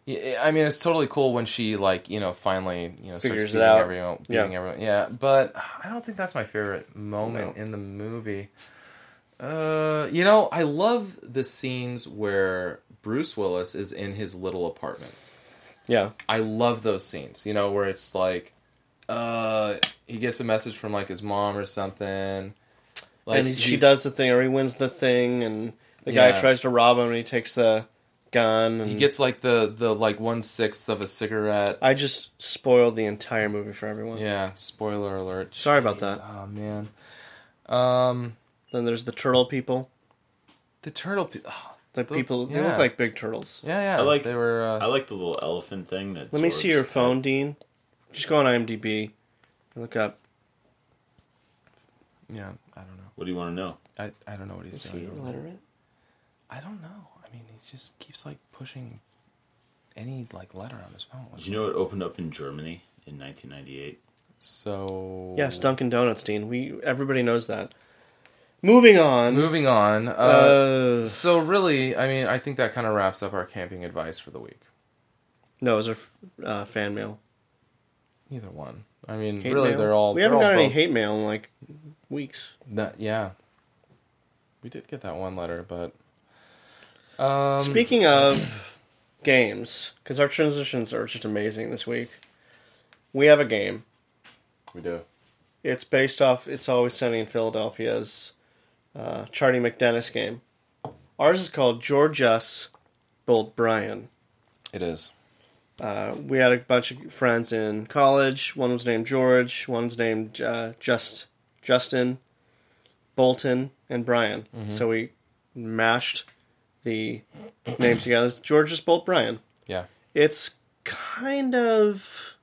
Speaker 4: Yeah, I mean, it's totally cool when she like you know finally you know
Speaker 3: Figures it
Speaker 4: starts beating
Speaker 3: out.
Speaker 4: everyone, beating
Speaker 3: Yeah.
Speaker 4: everyone. Yeah, but I don't think that's my favorite moment in the movie. Uh, you know, I love the scenes where Bruce Willis is in his little apartment.
Speaker 3: Yeah.
Speaker 4: I love those scenes, you know, where it's like, uh, he gets a message from like his mom or something. Like
Speaker 3: and she
Speaker 4: he's-
Speaker 3: does the thing, or he wins the thing, and the guy
Speaker 4: Yeah.
Speaker 3: tries to rob him, and he takes the gun. And
Speaker 4: He gets like the the like one sixth of a cigarette.
Speaker 3: I just spoiled the entire movie for everyone.
Speaker 4: Yeah, spoiler alert.
Speaker 3: Sorry about that.
Speaker 4: Oh man. Um,
Speaker 3: Then there's the turtle people,
Speaker 4: the turtle. Pe- oh,
Speaker 3: the
Speaker 4: Those-
Speaker 3: people they
Speaker 4: yeah.
Speaker 3: look like big turtles.
Speaker 4: yeah, yeah.
Speaker 1: I like-
Speaker 4: they were. Uh,
Speaker 1: I like the little elephant thing. That
Speaker 3: Let me see your
Speaker 1: Zorb's got.
Speaker 3: phone, Dean. Just go on IMDb, and look up.
Speaker 4: yeah, I don't know.
Speaker 1: What do you want to know?
Speaker 4: I, I don't know what
Speaker 3: Is
Speaker 4: he's
Speaker 3: he
Speaker 4: doing.
Speaker 3: illiterate?
Speaker 4: I don't know. I mean, he just keeps like pushing any like letter on his phone.
Speaker 1: Did you know it opened up in Germany in 1998?
Speaker 4: So
Speaker 3: Yes, Dunkin' Donuts, Dean. We everybody knows that. Moving on.
Speaker 4: Moving on.
Speaker 3: Uh,
Speaker 4: Uh, so really, I mean, I think that kind of wraps up our camping advice for the week.
Speaker 3: no, it was a uh, fan mail.
Speaker 4: Either one. I mean,
Speaker 3: Hate
Speaker 4: really,
Speaker 3: mail?
Speaker 4: they're all.
Speaker 3: We
Speaker 4: they're
Speaker 3: haven't
Speaker 4: all
Speaker 3: got any
Speaker 4: both-
Speaker 3: hate mail in like weeks.
Speaker 4: That yeah. We did get that one letter, but um
Speaker 3: Speaking of games, because our transitions are just amazing this week, we have a game.
Speaker 4: we do.
Speaker 3: It's based off It's Always Sunny in Philadelphia's uh, Charlie McDennis game. Ours is called George Us Bolt Bryan.
Speaker 4: It is.
Speaker 3: Uh, we had a bunch of friends in college. One was named George. One's named uh, Just Justin, Bolton, and Brian. So we mashed the names together. It's George is Bolt Bryan.
Speaker 4: Yeah.
Speaker 3: It's kind of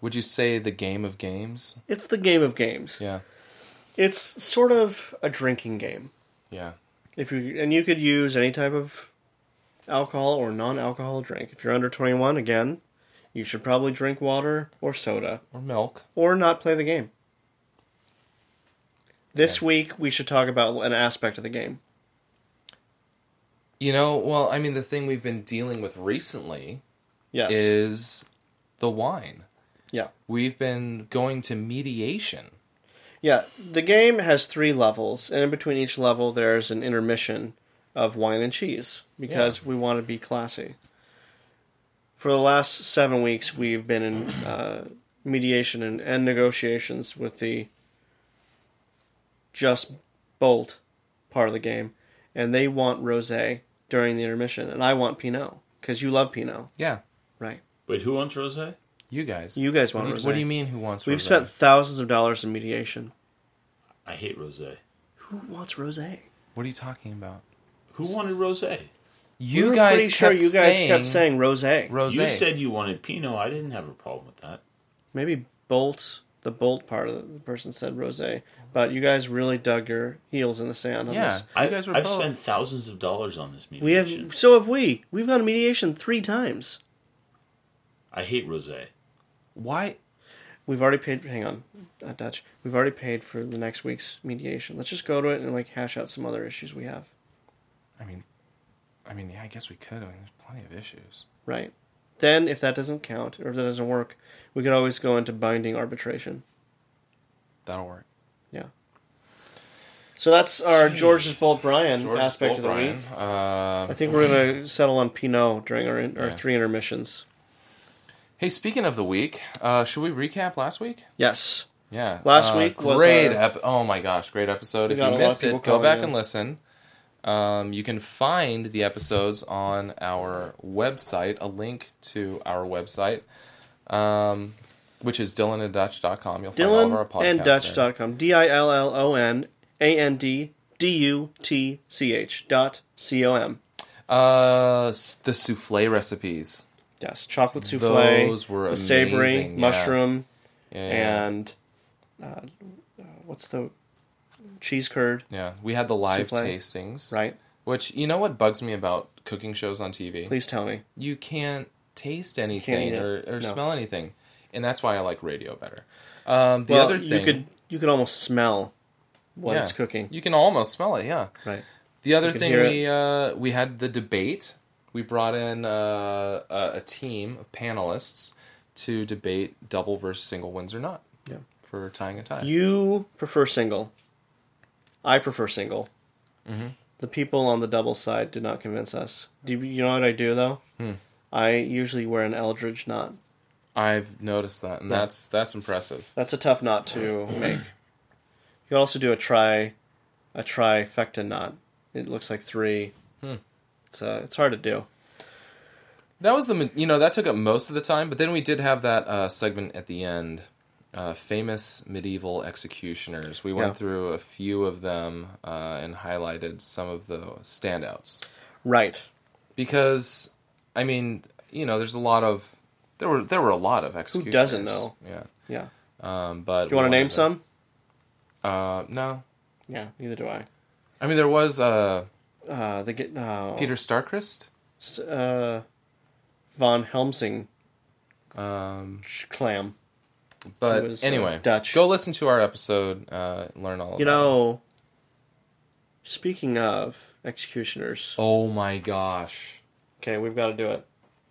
Speaker 4: Would you say the game of games?
Speaker 3: it's the game of games.
Speaker 4: Yeah.
Speaker 3: It's sort of a drinking game.
Speaker 4: Yeah.
Speaker 3: If you and you could use any type of alcohol or non-alcohol drink. If you're under 21, again, you should probably drink water or soda
Speaker 4: Or milk.
Speaker 3: or not play the game. This week we should talk about an aspect of the game.
Speaker 4: You know, well, I mean, the thing we've been dealing with recently
Speaker 3: Yes.
Speaker 4: is the wine.
Speaker 3: yeah.
Speaker 4: We've been going to mediation.
Speaker 3: Yeah, the game has three levels, and in between each level, there's an intermission of wine and cheese because we want to be classy. For the last seven weeks, we've been in uh, mediation and, and negotiations with the just bolt part of the game, and they want rosé during the intermission, and I want Pinot because you love Pinot,
Speaker 4: Yeah.
Speaker 3: right?
Speaker 1: Wait, who wants rosé?
Speaker 4: You guys.
Speaker 3: You guys
Speaker 4: what,
Speaker 3: want
Speaker 4: do you,
Speaker 3: rosé.
Speaker 4: what do you mean who wants
Speaker 3: We've
Speaker 4: rosé?
Speaker 3: spent thousands of dollars in mediation.
Speaker 1: I hate rosé.
Speaker 3: Who wants rosé?
Speaker 4: What are you talking about?
Speaker 1: Who wanted rosé?
Speaker 4: You
Speaker 3: were
Speaker 4: guys
Speaker 3: pretty
Speaker 4: kept
Speaker 3: sure you guys
Speaker 4: saying,
Speaker 3: kept saying rosé.
Speaker 4: rosé.
Speaker 1: You said you wanted Pinot. I didn't have a problem with that.
Speaker 3: Maybe bolt the bolt part of the, the person said rosé, but you guys really dug your heels in the sand on
Speaker 4: Yeah.
Speaker 3: this.
Speaker 4: You
Speaker 1: I,
Speaker 4: guys were
Speaker 1: I've
Speaker 4: both-
Speaker 1: spent thousands of dollars on this
Speaker 3: We
Speaker 1: mediation.
Speaker 3: have so have we. We've gone to mediation three times.
Speaker 1: I hate rosé.
Speaker 4: why
Speaker 3: We've already paid. Hang on, not Dutch. We've already paid for the next week's mediation. Let's just go to it and like hash out some other issues we have.
Speaker 4: I mean I mean, yeah, I guess we could. I mean, there's plenty of issues.
Speaker 3: Right. Then, if that doesn't count or if that doesn't work, we could always go into binding arbitration.
Speaker 4: That'll work.
Speaker 3: Yeah. So that's our
Speaker 4: Jeez.
Speaker 3: George's Bolt Bryan
Speaker 4: George
Speaker 3: aspect of the
Speaker 4: Bolt-Bryan,
Speaker 3: week.
Speaker 4: Uh,
Speaker 3: I think we're gonna settle on Pinot during our, our
Speaker 4: Yeah.
Speaker 3: three intermissions.
Speaker 4: Hey, speaking of the week, uh, should we recap last week?
Speaker 3: Yes.
Speaker 4: Yeah.
Speaker 3: Last
Speaker 4: uh,
Speaker 3: week was
Speaker 4: great.
Speaker 3: our-
Speaker 4: ep- oh my gosh, great episode!
Speaker 3: We
Speaker 4: If
Speaker 3: got a
Speaker 4: you
Speaker 3: lot of
Speaker 4: missed
Speaker 3: people
Speaker 4: it, go back
Speaker 3: calling
Speaker 4: and
Speaker 3: in.
Speaker 4: listen. Um, you can find the episodes on our website. A link to our website, um, which is dylananddutch.com. You'll find all of our
Speaker 3: Dylan
Speaker 4: podcasts.
Speaker 3: and
Speaker 4: there.
Speaker 3: Dutch.com. D I L L O N A N D D U T C H dot C O M.
Speaker 4: Uh, s- the souffle recipes.
Speaker 3: Yes. Chocolate souffle.
Speaker 4: Those were
Speaker 3: the savory
Speaker 4: amazing, yeah.
Speaker 3: mushroom
Speaker 4: Yeah, yeah,
Speaker 3: and uh, uh, what's the cheese curd,
Speaker 4: yeah. We had the live
Speaker 3: Souffle.
Speaker 4: tastings,
Speaker 3: right?
Speaker 4: Which you know what bugs me about cooking shows on TV?
Speaker 3: Please tell me.
Speaker 4: you can't taste anything
Speaker 3: eat it.
Speaker 4: or,
Speaker 3: No.
Speaker 4: or smell anything, and that's why I like radio better. Um, the
Speaker 3: well,
Speaker 4: other thing,
Speaker 3: you could you could almost smell what
Speaker 4: yeah,
Speaker 3: it's cooking,
Speaker 4: you can almost smell it. Yeah.
Speaker 3: right?
Speaker 4: The other
Speaker 3: can
Speaker 4: thing
Speaker 3: hear
Speaker 4: we uh, we had the debate. We brought in uh, a, a team of panelists to debate double versus single wins or not.
Speaker 3: Yeah.
Speaker 4: For tying a tie.
Speaker 3: You prefer single. I prefer single. The people on the double side did not convince us. Do you, you know what I do though? I usually wear an Eldridge knot.
Speaker 4: I've noticed that, and that's that's impressive.
Speaker 3: That's a tough knot to make. You can also do a tri, a trifecta knot. It looks like three. It's uh, it's hard to do.
Speaker 4: That was the ma- you know that took up most of the time, but then we did have that uh, segment at the end, uh, famous medieval executioners. We went
Speaker 3: Yeah.
Speaker 4: through a few of them uh, and highlighted some of the standouts
Speaker 3: Right.
Speaker 4: because I mean you know there's a lot of there were there were a lot of
Speaker 3: doesn't
Speaker 4: executioners.
Speaker 3: know?
Speaker 4: Yeah,
Speaker 3: Yeah.
Speaker 4: um, but
Speaker 3: Do you want
Speaker 4: one
Speaker 3: to name
Speaker 4: of the-
Speaker 3: some?
Speaker 4: Uh, no,
Speaker 3: Yeah. Neither do I.
Speaker 4: I mean there was uh,
Speaker 3: Uh, they get no.
Speaker 4: Peter Starkrist.
Speaker 3: S- Uh, von Helmsing
Speaker 4: Um,
Speaker 3: clam.
Speaker 4: but
Speaker 3: It was, uh,
Speaker 4: anyway,
Speaker 3: Dutch.
Speaker 4: go listen to our episode. Uh, learn all.
Speaker 3: You
Speaker 4: about it.
Speaker 3: know, speaking of executioners,
Speaker 4: Oh my gosh.
Speaker 3: okay, we've got to do it.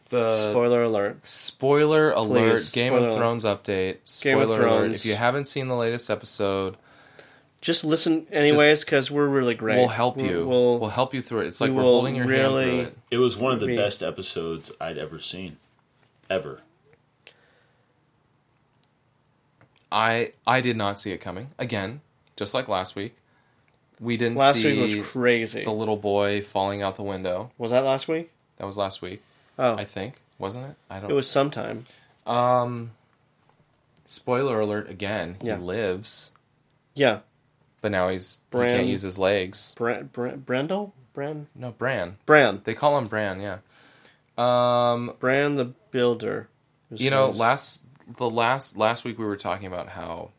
Speaker 4: The
Speaker 3: Spoiler alert.
Speaker 4: Spoiler alert! Game
Speaker 3: spoiler
Speaker 4: of
Speaker 3: alert.
Speaker 4: Thrones update.
Speaker 3: Game
Speaker 4: Spoiler
Speaker 3: of
Speaker 4: alert!
Speaker 3: Thrones.
Speaker 4: If you haven't seen the latest episode,
Speaker 3: Just listen, anyways, because we're really great.
Speaker 4: we'll help
Speaker 3: We're-
Speaker 4: you. We'll,
Speaker 3: We'll,
Speaker 4: help you through it. It's like
Speaker 3: we
Speaker 4: we're
Speaker 3: will
Speaker 4: holding your
Speaker 3: really-
Speaker 4: hand through it.
Speaker 1: It was one of the
Speaker 3: Me.
Speaker 1: best episodes I'd ever seen, ever.
Speaker 4: I I did not see it coming again, just like last week. We didn't
Speaker 3: Last
Speaker 4: see
Speaker 3: week was crazy.
Speaker 4: the little boy falling out the window.
Speaker 3: Was that last week?
Speaker 4: That was last week,
Speaker 3: Oh,
Speaker 4: I think, wasn't it? I don't.
Speaker 3: it was sometime.
Speaker 4: Um, spoiler alert again.
Speaker 3: Yeah.
Speaker 4: He lives,
Speaker 3: Yeah,
Speaker 4: but now he's he
Speaker 3: Bran-
Speaker 4: can't use his legs.
Speaker 3: Bran, Bran, Brandel, Bran,
Speaker 4: No, Bran.
Speaker 3: Bran,
Speaker 4: They call him Bran. Yeah. Um,
Speaker 3: Bran the Builder.
Speaker 4: you know, last the last last week we were talking about how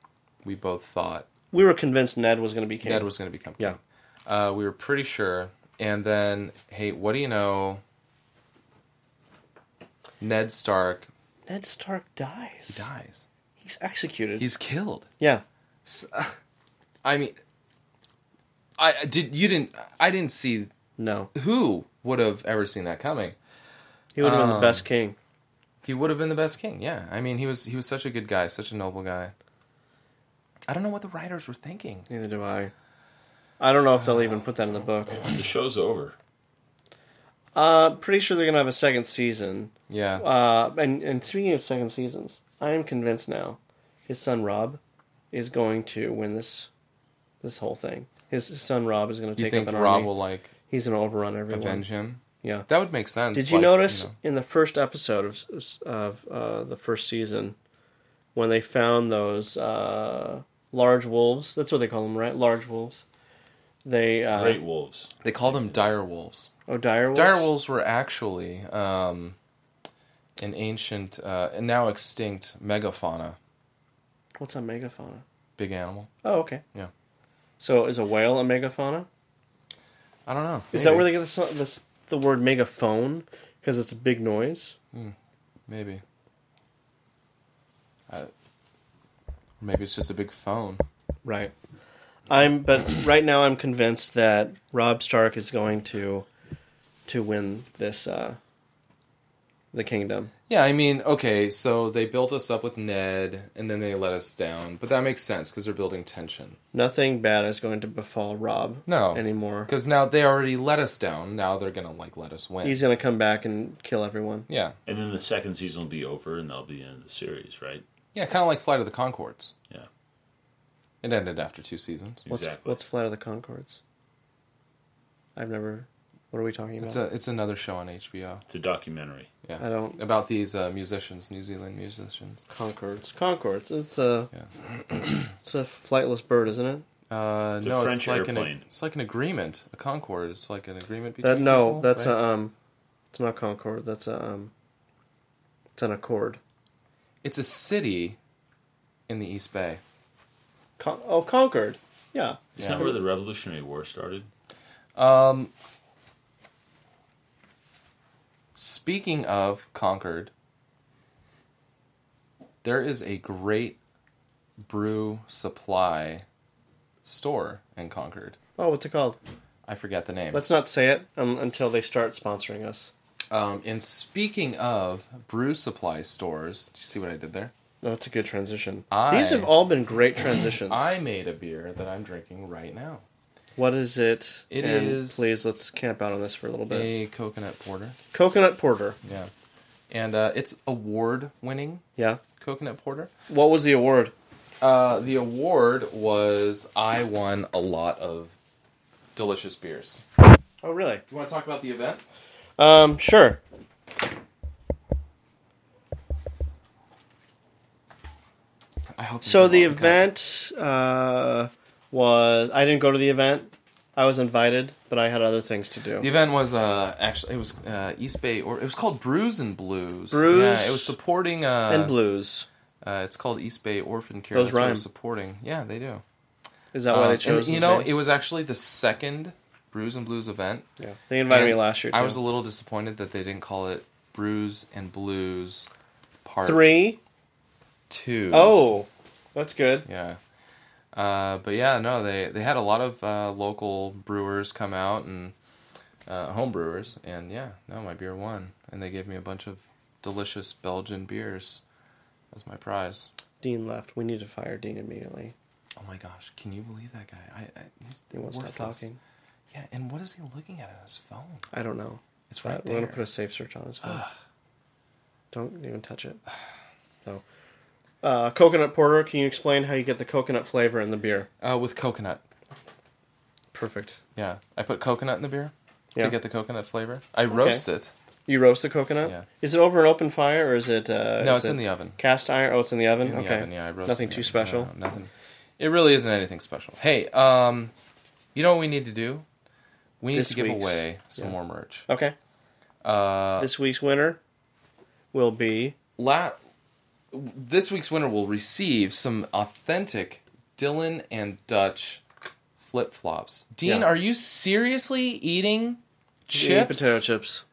Speaker 4: we both thought
Speaker 3: we were convinced Ned was going to be king.
Speaker 4: Ned was going to become
Speaker 3: yeah,
Speaker 4: king. Uh, we were pretty sure. And then, hey, what do you know? Ned Stark
Speaker 3: Ned Stark dies.
Speaker 4: dies.
Speaker 3: He's executed.
Speaker 4: He's killed.
Speaker 3: yeah,
Speaker 4: S- uh, I mean, I I did. You didn't. I didn't see
Speaker 3: no,
Speaker 4: who would have ever seen that coming.
Speaker 3: he would have been
Speaker 4: Um,
Speaker 3: the best king.
Speaker 4: He would have been the best king. Yeah, I mean, he was. He was such a good guy, such a noble guy. I don't know what the writers were thinking.
Speaker 3: Neither do I. I don't know if they'll even put that in the book.
Speaker 1: The show's over.
Speaker 3: Uh, pretty sure they're going to have a second season.
Speaker 4: Yeah,
Speaker 3: Uh, and, and speaking of second seasons, I am convinced now his son Rob is going to win this this whole thing. His his son Rob is going to
Speaker 4: you
Speaker 3: take
Speaker 4: think
Speaker 3: up an
Speaker 4: Rob
Speaker 3: army.
Speaker 4: will like
Speaker 3: He's going to overrun everyone.
Speaker 4: avenge him?
Speaker 3: Yeah.
Speaker 4: That would make sense.
Speaker 3: Did you
Speaker 4: like,
Speaker 3: notice
Speaker 4: know.
Speaker 3: in the first episode of of uh, the first season when they found those uh, large wolves? That's what they call them, right? Large wolves. They uh,
Speaker 1: Great Wolves.
Speaker 4: they call them dire wolves.
Speaker 3: oh dire wolves.
Speaker 4: Dire wolves were actually um, an ancient uh, and now extinct megafauna,
Speaker 3: What's a megafauna?
Speaker 4: big animal.
Speaker 3: Oh, okay.
Speaker 4: Yeah.
Speaker 3: So is a whale a megafauna?
Speaker 4: I don't know.
Speaker 3: Is that
Speaker 4: Maybe.
Speaker 3: where they get this, this the word megaphone? Because it's a big noise.
Speaker 4: Maybe. I, maybe it's just a big phone.
Speaker 3: Right. I'm, but right now I'm convinced that Rob Stark is going to, to win this, uh, the kingdom.
Speaker 4: Yeah, I mean, okay, so they built us up with Ned, and then they let us down, but that makes sense because they're building tension.
Speaker 3: Nothing bad is going to befall Rob.
Speaker 4: No.
Speaker 3: Anymore.
Speaker 4: Because now they already let us down. Now they're gonna like let us win.
Speaker 3: He's going to come back and kill everyone.
Speaker 4: yeah,
Speaker 1: And then the second season will be over, and that'll be the end of the series, right?
Speaker 4: yeah, kind of like Flight of the Concords.
Speaker 1: Yeah.
Speaker 4: It ended after two seasons.
Speaker 3: What's,
Speaker 1: Exactly.
Speaker 3: what's Flight of the Concords? I've never, what are we talking about?
Speaker 4: It's a it's another show on HBO.
Speaker 1: It's a documentary.
Speaker 4: Yeah,
Speaker 3: I don't-
Speaker 4: about these uh, musicians, New Zealand musicians.
Speaker 3: Concords. Concords. It's a,
Speaker 4: Yeah.
Speaker 3: it's a flightless bird, isn't it?
Speaker 4: Uh,
Speaker 1: It's a
Speaker 4: no,
Speaker 1: French
Speaker 4: it's like an
Speaker 1: airplane.
Speaker 4: it's like an agreement. A Concord is like an agreement between
Speaker 3: That Uh, no,
Speaker 4: people,
Speaker 3: that's
Speaker 4: right?
Speaker 3: a um, it's not Concord. That's a um, it's an Accord.
Speaker 4: It's a city in the East Bay.
Speaker 3: Con- oh, Concord. Yeah,
Speaker 1: Is that
Speaker 4: Yeah.
Speaker 1: where the Revolutionary War started?
Speaker 4: Um, speaking of Concord, there is a great brew supply store in Concord.
Speaker 3: Oh, what's it called?
Speaker 4: I forget the name.
Speaker 3: Let's not say it um, until they start sponsoring us.
Speaker 4: Um, and speaking of brew supply stores, did you see what I did there?
Speaker 3: No, that's a good transition.
Speaker 4: I-
Speaker 3: These have all been great transitions.
Speaker 4: I made a beer that I'm drinking right now.
Speaker 3: What is it?
Speaker 4: It
Speaker 3: It is.
Speaker 4: is-
Speaker 3: Please let's camp out on this for a little bit.
Speaker 4: A coconut porter.
Speaker 3: Coconut porter.
Speaker 4: Yeah. And uh, it's award winning
Speaker 3: Yeah.
Speaker 4: coconut porter.
Speaker 3: What was the award?
Speaker 4: Uh, the award was I won a lot of delicious beers.
Speaker 3: Oh, really?
Speaker 4: You want to talk about the event?
Speaker 3: Um, sure.
Speaker 4: I hope. you
Speaker 3: So
Speaker 4: can
Speaker 3: the
Speaker 4: all- Oh, okay.
Speaker 3: event uh, was. I didn't go to the event. I was invited, but I had other things to do.
Speaker 4: The event was uh, actually it was uh, East Bay or it was called Brews and Blues.
Speaker 3: Brews
Speaker 4: Yeah, it was supporting uh,
Speaker 3: and blues.
Speaker 4: Uh, it's called East Bay Orphan Care.
Speaker 3: Those
Speaker 4: That's what we're
Speaker 3: rhyme.
Speaker 4: supporting. Yeah, they do.
Speaker 3: Is that why
Speaker 4: Um,
Speaker 3: they chose?
Speaker 4: and,
Speaker 3: those
Speaker 4: you know,
Speaker 3: names?
Speaker 4: it was actually the second Brews and Blues event.
Speaker 3: Yeah. They invited me
Speaker 4: And
Speaker 3: last year. Too.
Speaker 4: I was a little disappointed that they didn't call it Brews and Blues Part
Speaker 3: three.
Speaker 4: Two.
Speaker 3: Oh, that's good.
Speaker 4: Yeah. Uh, but yeah, no, they, they had a lot of uh, local brewers come out and uh, home brewers, and yeah, no, my beer won, and they gave me a bunch of delicious Belgian beers as my prize.
Speaker 3: Dean left. We need to fire Dean immediately.
Speaker 4: Oh my gosh, can you believe that guy? I, I he's
Speaker 3: He won't stop
Speaker 4: worthless.
Speaker 3: talking.
Speaker 4: Yeah, and what is he looking at on his phone?
Speaker 3: I don't know.
Speaker 4: It's
Speaker 3: But
Speaker 4: right
Speaker 3: we're
Speaker 4: there.
Speaker 3: gonna put a safe search on his phone. don't even touch it. No. Uh, coconut porter. Can you explain how you get the coconut flavor in the beer?
Speaker 4: uh, with coconut.
Speaker 3: Perfect.
Speaker 4: Uh, Yeah, I put coconut in the beer
Speaker 3: Yeah.
Speaker 4: to get the coconut flavor. I roast it.
Speaker 3: You roast the coconut.
Speaker 4: Yeah.
Speaker 3: Is it over an open fire or is it? Uh,
Speaker 4: No,
Speaker 3: is
Speaker 4: it's
Speaker 3: it
Speaker 4: in the oven.
Speaker 3: Cast iron. Oh, it's in the oven.
Speaker 4: In
Speaker 3: okay.
Speaker 4: the oven, yeah, I roast
Speaker 3: Nothing
Speaker 4: it in the
Speaker 3: too
Speaker 4: oven.
Speaker 3: special.
Speaker 4: No, no, nothing. It really isn't anything special. Hey, um, you know what we need to do? We need
Speaker 3: This
Speaker 4: to give
Speaker 3: week's-
Speaker 4: away some more merch.
Speaker 3: Okay.
Speaker 4: Uh,
Speaker 3: This week's winner will be
Speaker 4: la- this week's winner will receive some authentic Dylan and Dutch flip flops. Dean,
Speaker 3: Yeah.
Speaker 4: are you seriously eating
Speaker 3: Chicken
Speaker 4: chips?
Speaker 3: potato chips.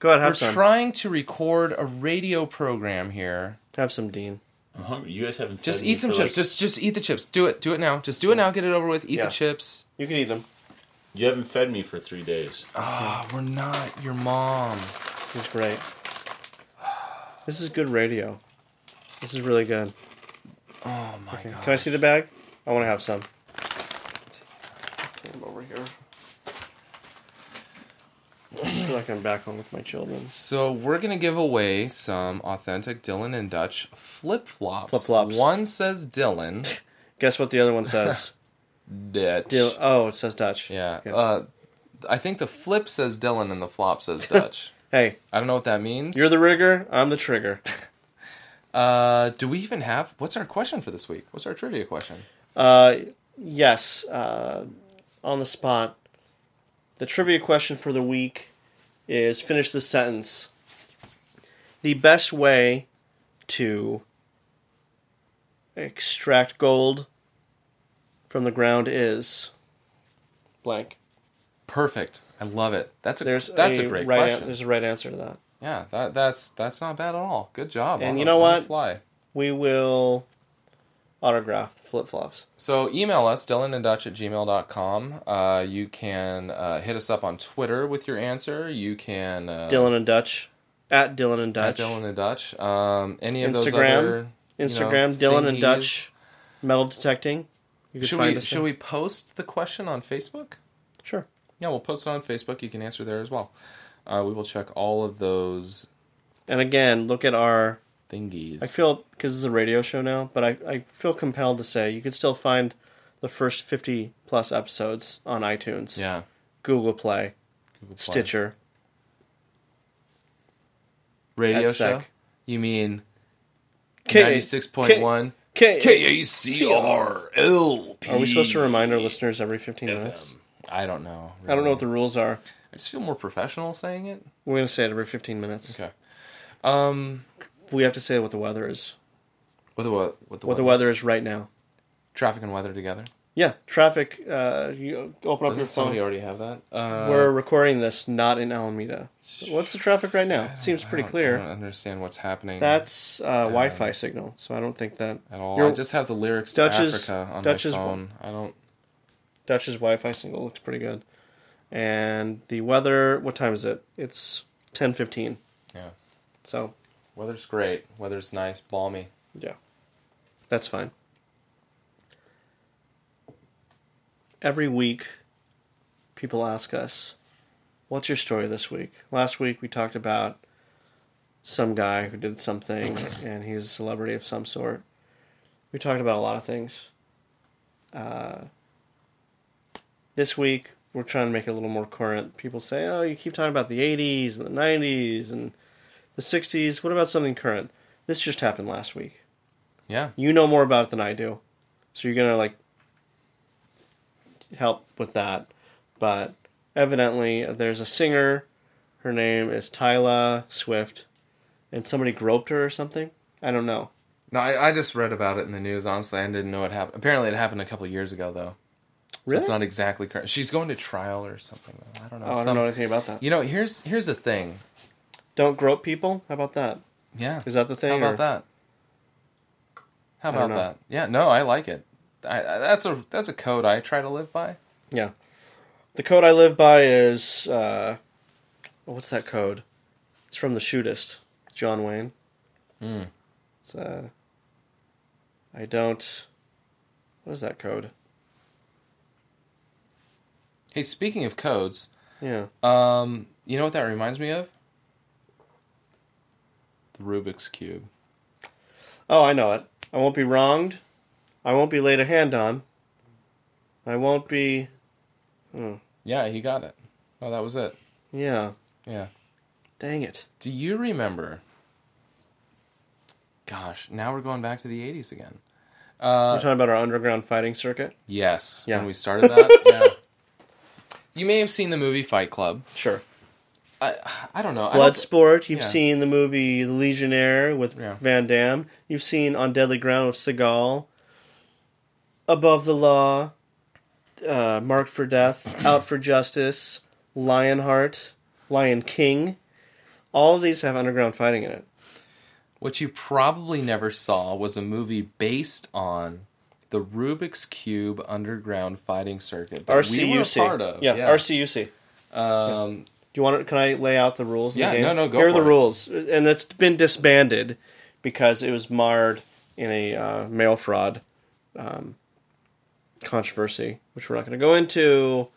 Speaker 3: Go ahead, have
Speaker 4: We're
Speaker 3: some.
Speaker 4: trying to record a radio program here.
Speaker 3: have some, Dean.
Speaker 1: I'm hungry. You guys haven't.
Speaker 4: Uh-huh. Just
Speaker 1: fed me
Speaker 4: eat some
Speaker 1: for,
Speaker 4: chips.
Speaker 1: Like,
Speaker 4: Just just eat the chips. Do it. Do it now. Just do it now. Get it over with. Eat
Speaker 3: Yeah.
Speaker 4: the chips.
Speaker 3: You can eat them.
Speaker 1: you haven't fed me for three days.
Speaker 4: Ah, we're not your mom.
Speaker 3: This is great. This is good radio. This is really good.
Speaker 4: Oh my god.
Speaker 3: Can I see the bag? I want to have some.
Speaker 4: come over here?
Speaker 3: I feel like I'm back home with my children.
Speaker 4: So we're gonna give away some authentic Dylan and Dutch flip flops.
Speaker 3: Flip-flops.
Speaker 4: One says Dylan.
Speaker 3: Guess what the other one says?
Speaker 4: Dutch.
Speaker 3: Deal- oh, it says Dutch.
Speaker 4: Yeah.
Speaker 3: Okay.
Speaker 4: Uh, I think the flip says Dylan and the flop says Dutch.
Speaker 3: hey,
Speaker 4: I don't know what that means.
Speaker 3: you're the rigger. I'm the trigger.
Speaker 4: uh, do we even have? What's our question for this week? What's our trivia question?
Speaker 3: Uh, yes. Uh, on the spot. The trivia question for the week is finish the sentence. The best way to extract gold from the ground is blank.
Speaker 4: Perfect. I love it. That's a
Speaker 3: There's
Speaker 4: that's a, great
Speaker 3: right an-
Speaker 4: question.
Speaker 3: there's a right answer to that.
Speaker 4: yeah, that, that's that's not bad at all. Good job.
Speaker 3: And
Speaker 4: on
Speaker 3: you
Speaker 4: the-
Speaker 3: know
Speaker 4: on
Speaker 3: what?
Speaker 4: the Fly.
Speaker 3: We will autograph the flip flops.
Speaker 4: So email us, Dylan and Dutch at gmail.com. Uh, you can uh, hit us up on Twitter with your answer. You can uh,
Speaker 3: Dylan and Dutch at Dylan and
Speaker 4: at
Speaker 3: Dutch.
Speaker 4: Dylan and Dutch. Um, any of those
Speaker 3: Instagram.
Speaker 4: other you know,
Speaker 3: Instagram Dylan and
Speaker 4: thingies.
Speaker 3: Dutch metal detecting. You can
Speaker 4: Should
Speaker 3: find
Speaker 4: we
Speaker 3: us.
Speaker 4: should
Speaker 3: there.
Speaker 4: we post the question on Facebook?
Speaker 3: Sure.
Speaker 4: Yeah, we'll post it on Facebook. You can answer there as well. Uh, we will check all of those
Speaker 3: And again, look at our.
Speaker 4: thingies.
Speaker 3: I feel because it's a radio show now, but I, I feel compelled to say you can still find the first fifty plus episodes on iTunes,
Speaker 4: yeah.
Speaker 3: Google Play,
Speaker 4: Google Play.
Speaker 3: Stitcher.
Speaker 4: radio show.
Speaker 3: AdSec.
Speaker 4: You mean
Speaker 3: K-
Speaker 4: ninety six point one
Speaker 3: K-
Speaker 4: K A C R L P.
Speaker 3: Are we supposed to remind our listeners every fifteen minutes?
Speaker 4: I don't know.
Speaker 3: I don't know
Speaker 4: really.
Speaker 3: what the rules are.
Speaker 4: I just feel more professional saying it.
Speaker 3: We're gonna say it every fifteen minutes.
Speaker 4: Okay. Um.
Speaker 3: We have to say what the weather is.
Speaker 4: What the what? What the,
Speaker 3: What the
Speaker 4: weather?
Speaker 3: weather is right now.
Speaker 4: Traffic and weather together.
Speaker 3: Yeah, traffic. Uh, you open up your
Speaker 4: Doesn't
Speaker 3: phone.
Speaker 4: somebody already have that? Uh,
Speaker 3: We're recording this not in Alameda. What's the traffic right now? Seems
Speaker 4: I
Speaker 3: pretty
Speaker 4: don't- I don't
Speaker 3: clear.
Speaker 4: understand what's happening.
Speaker 3: That's uh, Wi-Fi signal, so I don't think that
Speaker 4: at all.
Speaker 3: Your-
Speaker 4: I just have the lyrics to
Speaker 3: Dutch's-
Speaker 4: Africa on
Speaker 3: Dutch's-
Speaker 4: my phone. I don't.
Speaker 3: Dutch's Wi-Fi signal looks pretty good. And the weather. What time is it? It's ten fifteen.
Speaker 4: Yeah.
Speaker 3: So
Speaker 4: Weather's great. Weather's nice, balmy.
Speaker 3: yeah, that's fine. Every week, people ask us, "What's your story this week?" Last week we talked about some guy who did something, and he's a celebrity of some sort. We talked about a lot of things. Uh, this week, we're trying to make it a little more current. People say, "Oh, you keep talking about the '80s and the '90s and the '60s. What about something current?" This just happened last week.
Speaker 4: Yeah.
Speaker 3: You know more about it than I do, so you're gonna like help with that. But evidently, there's a singer. Her name is Tyla Swift, and somebody groped her or something. I don't know.
Speaker 4: No, I, I just read about it in the news. Honestly, I didn't know it happened. Apparently, it happened a couple years ago, though. So it's not exactly correct. She's going to trial or something. Though. I don't know.
Speaker 3: Oh, I don't
Speaker 4: Some-
Speaker 3: know anything about that.
Speaker 4: You know, here's here's the thing.
Speaker 3: Don't grope people. How about that?
Speaker 4: Yeah.
Speaker 3: Is that the thing?
Speaker 4: How about
Speaker 3: or-
Speaker 4: that? How
Speaker 3: don't
Speaker 4: about
Speaker 3: know.
Speaker 4: that? Yeah, no, I like it. I, I, that's a that's a code I try to live by.
Speaker 3: Yeah. The code I live by is uh, what's that code? It's from the shootist, John Wayne.
Speaker 4: Mm.
Speaker 3: It's uh, I don't. What is that code?
Speaker 4: Hey, speaking of codes,
Speaker 3: Yeah.
Speaker 4: um, you know what that reminds me of? The Rubik's cube.
Speaker 3: Oh, I know it. I won't be wronged. I won't be laid a hand on. I won't be
Speaker 4: Yeah, he got it. Oh, that was it.
Speaker 3: Yeah.
Speaker 4: Yeah.
Speaker 3: Dang it.
Speaker 4: Do you remember? Gosh, now we're going back to the 80s again.
Speaker 3: We're talking about our underground fighting circuit.
Speaker 4: Yes.
Speaker 3: Yeah.
Speaker 4: When we started that. yeah. You may have seen the movie Fight Club.
Speaker 3: Sure.
Speaker 4: I don't know. I don't-
Speaker 3: Bloodsport. You've
Speaker 4: yeah.
Speaker 3: seen the movie The Legionnaire with
Speaker 4: Yeah.
Speaker 3: Van Damme. You've seen On Deadly Ground with Seagal. Above the Law. Uh, Marked for Death. Out for Justice. Lionheart. Lion King. All of these have underground fighting in it.
Speaker 4: What you probably never saw was a movie based on the Rubik's Cube underground fighting circuit that
Speaker 3: RCUC.
Speaker 4: we were a part of.
Speaker 3: Yeah, RCUC.
Speaker 4: Um,
Speaker 3: Do you want to, can I lay out the rules? in the
Speaker 4: Yeah,
Speaker 3: game?
Speaker 4: no, no, go
Speaker 3: Here are
Speaker 4: for
Speaker 3: the
Speaker 4: it.
Speaker 3: rules, and it's been disbanded because it was marred in a uh, mail fraud um, controversy, which we're not going to go into.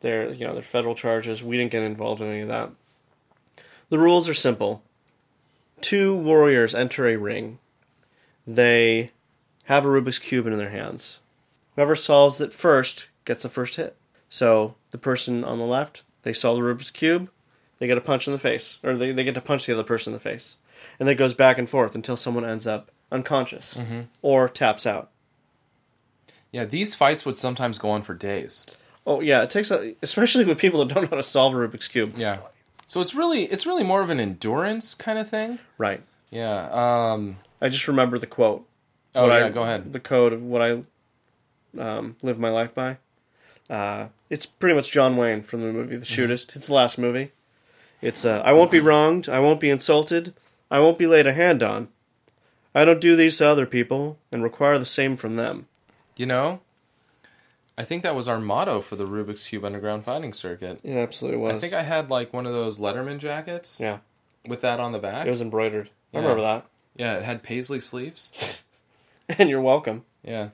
Speaker 3: There, you know, there are federal charges. We didn't get involved in any of that. The rules are simple. Two warriors enter a ring. They have a Rubik's cube in their hands. Whoever solves it first gets the first hit. So the person on the left, they solve the Rubik's cube, they get a punch in the face, or they, they get to punch the other person in the face, and that goes back and forth until someone ends up unconscious or taps out.
Speaker 4: Yeah, these fights would sometimes go on for days.
Speaker 3: Oh yeah, it takes a, especially with people that don't know how to solve a Rubik's cube.
Speaker 4: Yeah. So it's really it's really more of an endurance kind of thing.
Speaker 3: Right.
Speaker 4: Yeah. Um
Speaker 3: I just remember the quote.
Speaker 4: Oh
Speaker 3: what
Speaker 4: yeah,
Speaker 3: I-
Speaker 4: go ahead.
Speaker 3: The code of what I um, live my life by. Uh, it's pretty much John Wayne from the movie The
Speaker 4: Mm-hmm.
Speaker 3: Shootist. It's the last movie. It's uh, I won't be wronged. I won't be insulted. I won't be laid a hand on. I don't do these to other people and require the same from them.
Speaker 4: You know? I think that was our motto for the Rubik's Cube Underground Fighting Circuit.
Speaker 3: It absolutely was.
Speaker 4: I think I had like one of those Letterman jackets
Speaker 3: yeah,
Speaker 4: with that on the back.
Speaker 3: it was embroidered.
Speaker 4: Yeah.
Speaker 3: I remember that.
Speaker 4: yeah, it had paisley sleeves.
Speaker 3: And you're welcome.
Speaker 4: Yeah.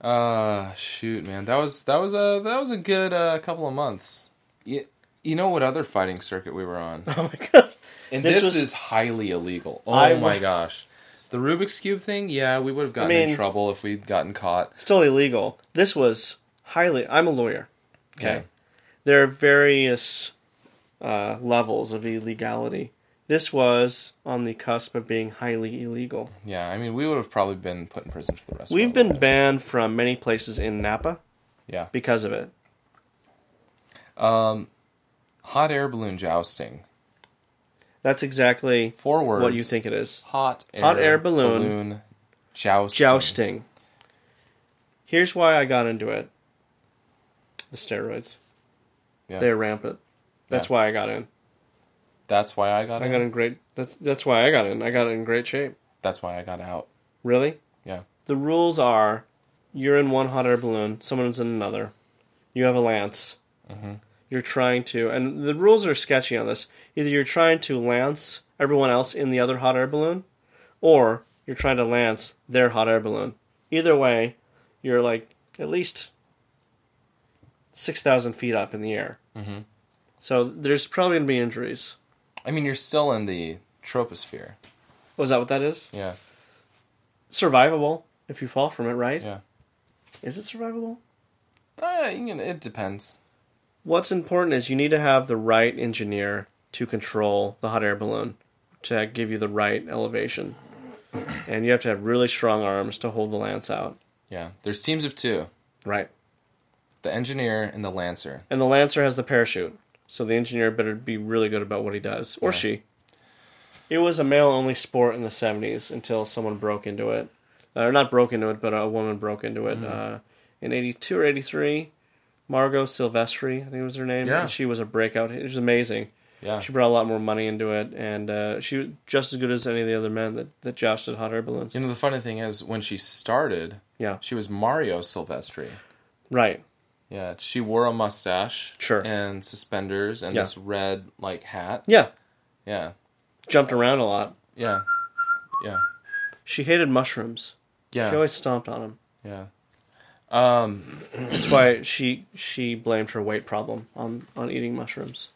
Speaker 4: Uh shoot, man. That was that was a that was a good uh, couple of months. You, you know what other fighting circuit we were on?
Speaker 3: Oh my god.
Speaker 4: And
Speaker 3: This
Speaker 4: this,
Speaker 3: was-
Speaker 4: is highly illegal. Oh
Speaker 3: I
Speaker 4: my
Speaker 3: wa-
Speaker 4: gosh. The Rubik's Cube thing, yeah, we would have gotten in
Speaker 3: mean-
Speaker 4: trouble if we'd gotten caught.
Speaker 3: Still illegal. This was highly. I'm a lawyer.
Speaker 4: Okay.
Speaker 3: there are various uh, levels of illegality. This was on the cusp of being highly illegal.
Speaker 4: Yeah. I mean, we would have probably been put in prison for the rest
Speaker 3: We've
Speaker 4: of our
Speaker 3: been
Speaker 4: lives.
Speaker 3: banned from many places in Napa
Speaker 4: Yeah.
Speaker 3: because of it.
Speaker 4: Hot air balloon jousting.
Speaker 3: That's exactly
Speaker 4: Four words.
Speaker 3: what you think it is.
Speaker 4: Hot air,
Speaker 3: Hot air balloon
Speaker 4: jousting.
Speaker 3: Jousting. Here's why I got into it. The steroids.
Speaker 4: Yeah.
Speaker 3: They're rampant. That's
Speaker 4: Yeah.
Speaker 3: why I got in.
Speaker 4: That's why I got
Speaker 3: I
Speaker 4: in.
Speaker 3: got in great that's that's why I got in. I got in great shape.
Speaker 4: That's why I got out.
Speaker 3: Really?
Speaker 4: Yeah.
Speaker 3: the rules are you're in one hot air balloon, someone's in another. You have a lance. You're trying to, and the rules are sketchy on this. Either you're trying to lance everyone else in the other hot air balloon, or you're trying to lance their hot air balloon. Either way, you're like at least 6,000 feet up in the air. Mm-hmm. So there's probably going to be injuries.
Speaker 4: I mean, you're still in the troposphere.
Speaker 3: Oh, is that what that is?
Speaker 4: Yeah.
Speaker 3: Survivable if you fall from it, right?
Speaker 4: Yeah.
Speaker 3: Is it survivable?
Speaker 4: Uh, you can- it depends.
Speaker 3: What's important is you need to have the right engineer to control the hot air balloon to give you the right elevation. And you have to have really strong arms to hold the lance out.
Speaker 4: Yeah. There's teams of two
Speaker 3: Right.
Speaker 4: the engineer and the lancer.
Speaker 3: And the lancer has the parachute. So the engineer better be really good about what he does. Or she. It was a male only sport in the 70s until someone broke into it. Uh, Or not broke into it, but a woman broke into it uh, in 82 or 83. Margot Silvestri, I think was her name.
Speaker 4: Yeah.
Speaker 3: And she was a breakout. It was amazing.
Speaker 4: Yeah.
Speaker 3: She brought a lot more money into it, and uh, she was just as good as any of the other men that, that jousted hot air balloons.
Speaker 4: You know, the funny thing is, when she started,
Speaker 3: Yeah,
Speaker 4: she was Mario Silvestri.
Speaker 3: right.
Speaker 4: Yeah, she wore a mustache,
Speaker 3: Sure.
Speaker 4: and suspenders, and
Speaker 3: Yeah.
Speaker 4: this red like hat.
Speaker 3: Yeah,
Speaker 4: Yeah,
Speaker 3: jumped around a lot.
Speaker 4: yeah, yeah,
Speaker 3: She hated mushrooms.
Speaker 4: yeah,
Speaker 3: She always stomped on them.
Speaker 4: yeah. Um,
Speaker 3: That's why she she blamed her weight problem on on eating mushrooms.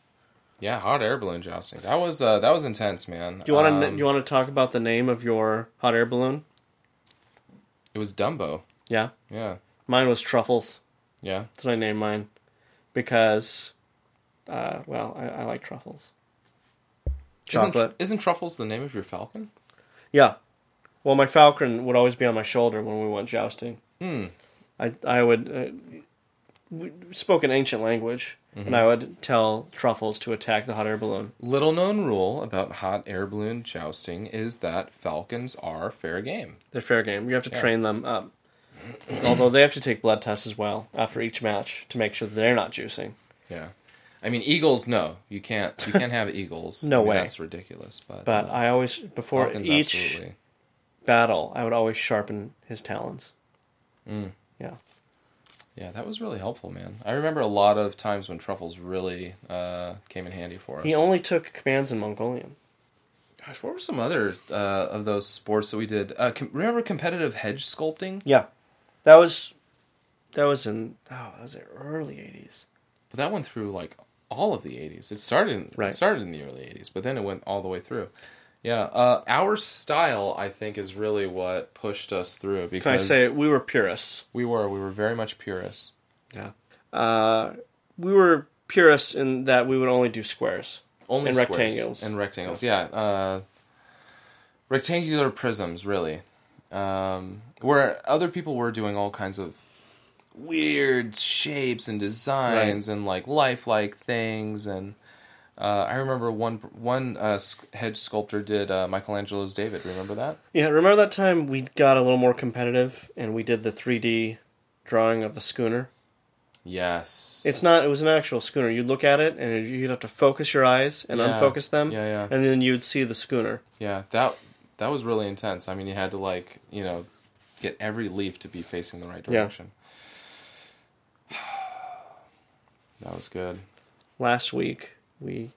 Speaker 4: yeah, hot air balloon jousting. That was uh, that was intense, man.
Speaker 3: Do you want to
Speaker 4: Um,
Speaker 3: do you want to talk about the name of your hot air balloon?
Speaker 4: It was Dumbo.
Speaker 3: Yeah,
Speaker 4: Yeah,
Speaker 3: mine was truffles.
Speaker 4: yeah.
Speaker 3: That's what I named mine. because, uh, well, I, I like truffles.
Speaker 4: Isn't tr-
Speaker 3: Chocolate.
Speaker 4: Isn't, truffles the name of your falcon?
Speaker 3: Yeah. Well, my falcon would always be on my shoulder when we went jousting.
Speaker 4: Hmm.
Speaker 3: I I would uh, we spoke an ancient language, and
Speaker 4: Mm-hmm.
Speaker 3: I would tell truffles to attack the hot air balloon.
Speaker 4: Little known rule about hot air balloon jousting is that falcons are fair game.
Speaker 3: They're fair game. You have to train them up. Although they have to take blood tests as well after each match to make sure that they're not juicing.
Speaker 4: Yeah. I mean eagles no. You can't you can't have eagles.
Speaker 3: No
Speaker 4: I mean,
Speaker 3: way.
Speaker 4: That's ridiculous, but
Speaker 3: But
Speaker 4: uh,
Speaker 3: I always before
Speaker 4: falcons
Speaker 3: each
Speaker 4: absolutely.
Speaker 3: battle, I would always sharpen his talons.
Speaker 4: Mm.
Speaker 3: Yeah.
Speaker 4: Yeah, that was really helpful, man. I remember a lot of times when truffles really uh, came in handy for us.
Speaker 3: He only took commands in Mongolian.
Speaker 4: Gosh, what were some other uh, of those sports that we did? Uh, com- remember competitive hedge sculpting?
Speaker 3: Yeah. That was that was in oh, that was the early 80s.
Speaker 4: But that went through like all of the '80s. It started in,
Speaker 3: Right.
Speaker 4: it started in the early '80s, but then it went all the way through. Yeah, uh, our style, I think, is really what pushed us through because
Speaker 3: Can I say we were purists?
Speaker 4: we were we were very much purists.
Speaker 3: Yeah. Uh, we were purists in that we would only do squares.
Speaker 4: Only
Speaker 3: And
Speaker 4: squares.
Speaker 3: rectangles.
Speaker 4: and rectangles. Yeah, uh, rectangular prisms, really. Um, where other people were doing all kinds of weird shapes and designs and like lifelike things. And uh, I remember one one uh, s- hedge sculptor did uh, Michelangelo's David. Remember that?
Speaker 3: Yeah, remember that time we got a little more competitive and we did the 3D drawing of the schooner?
Speaker 4: Yes.
Speaker 3: It's not, it was an actual schooner. You'd look at it and you'd have to focus your eyes and
Speaker 4: Yeah.
Speaker 3: unfocus them.
Speaker 4: Yeah, yeah.
Speaker 3: And then you'd see the schooner.
Speaker 4: yeah that that was really intense. I mean, you had to like you know get every leaf to be facing the right
Speaker 3: Yeah.
Speaker 4: direction. That was good.
Speaker 3: Last week, we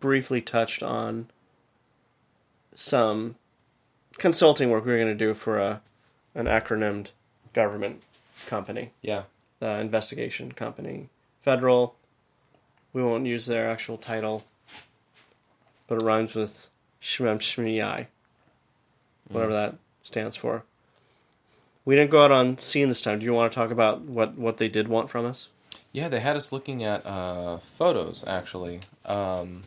Speaker 3: briefly touched on some consulting work we were going to do for a, an acronymed government company.
Speaker 4: Yeah.
Speaker 3: uh, investigation company, federal. We won't use their actual title, but it rhymes with Shmem Shmiyai, whatever that stands for. We didn't go out on scene this time. Do you want to talk about what, what they did want from us?
Speaker 4: Yeah, they had us looking at uh, photos actually. Um,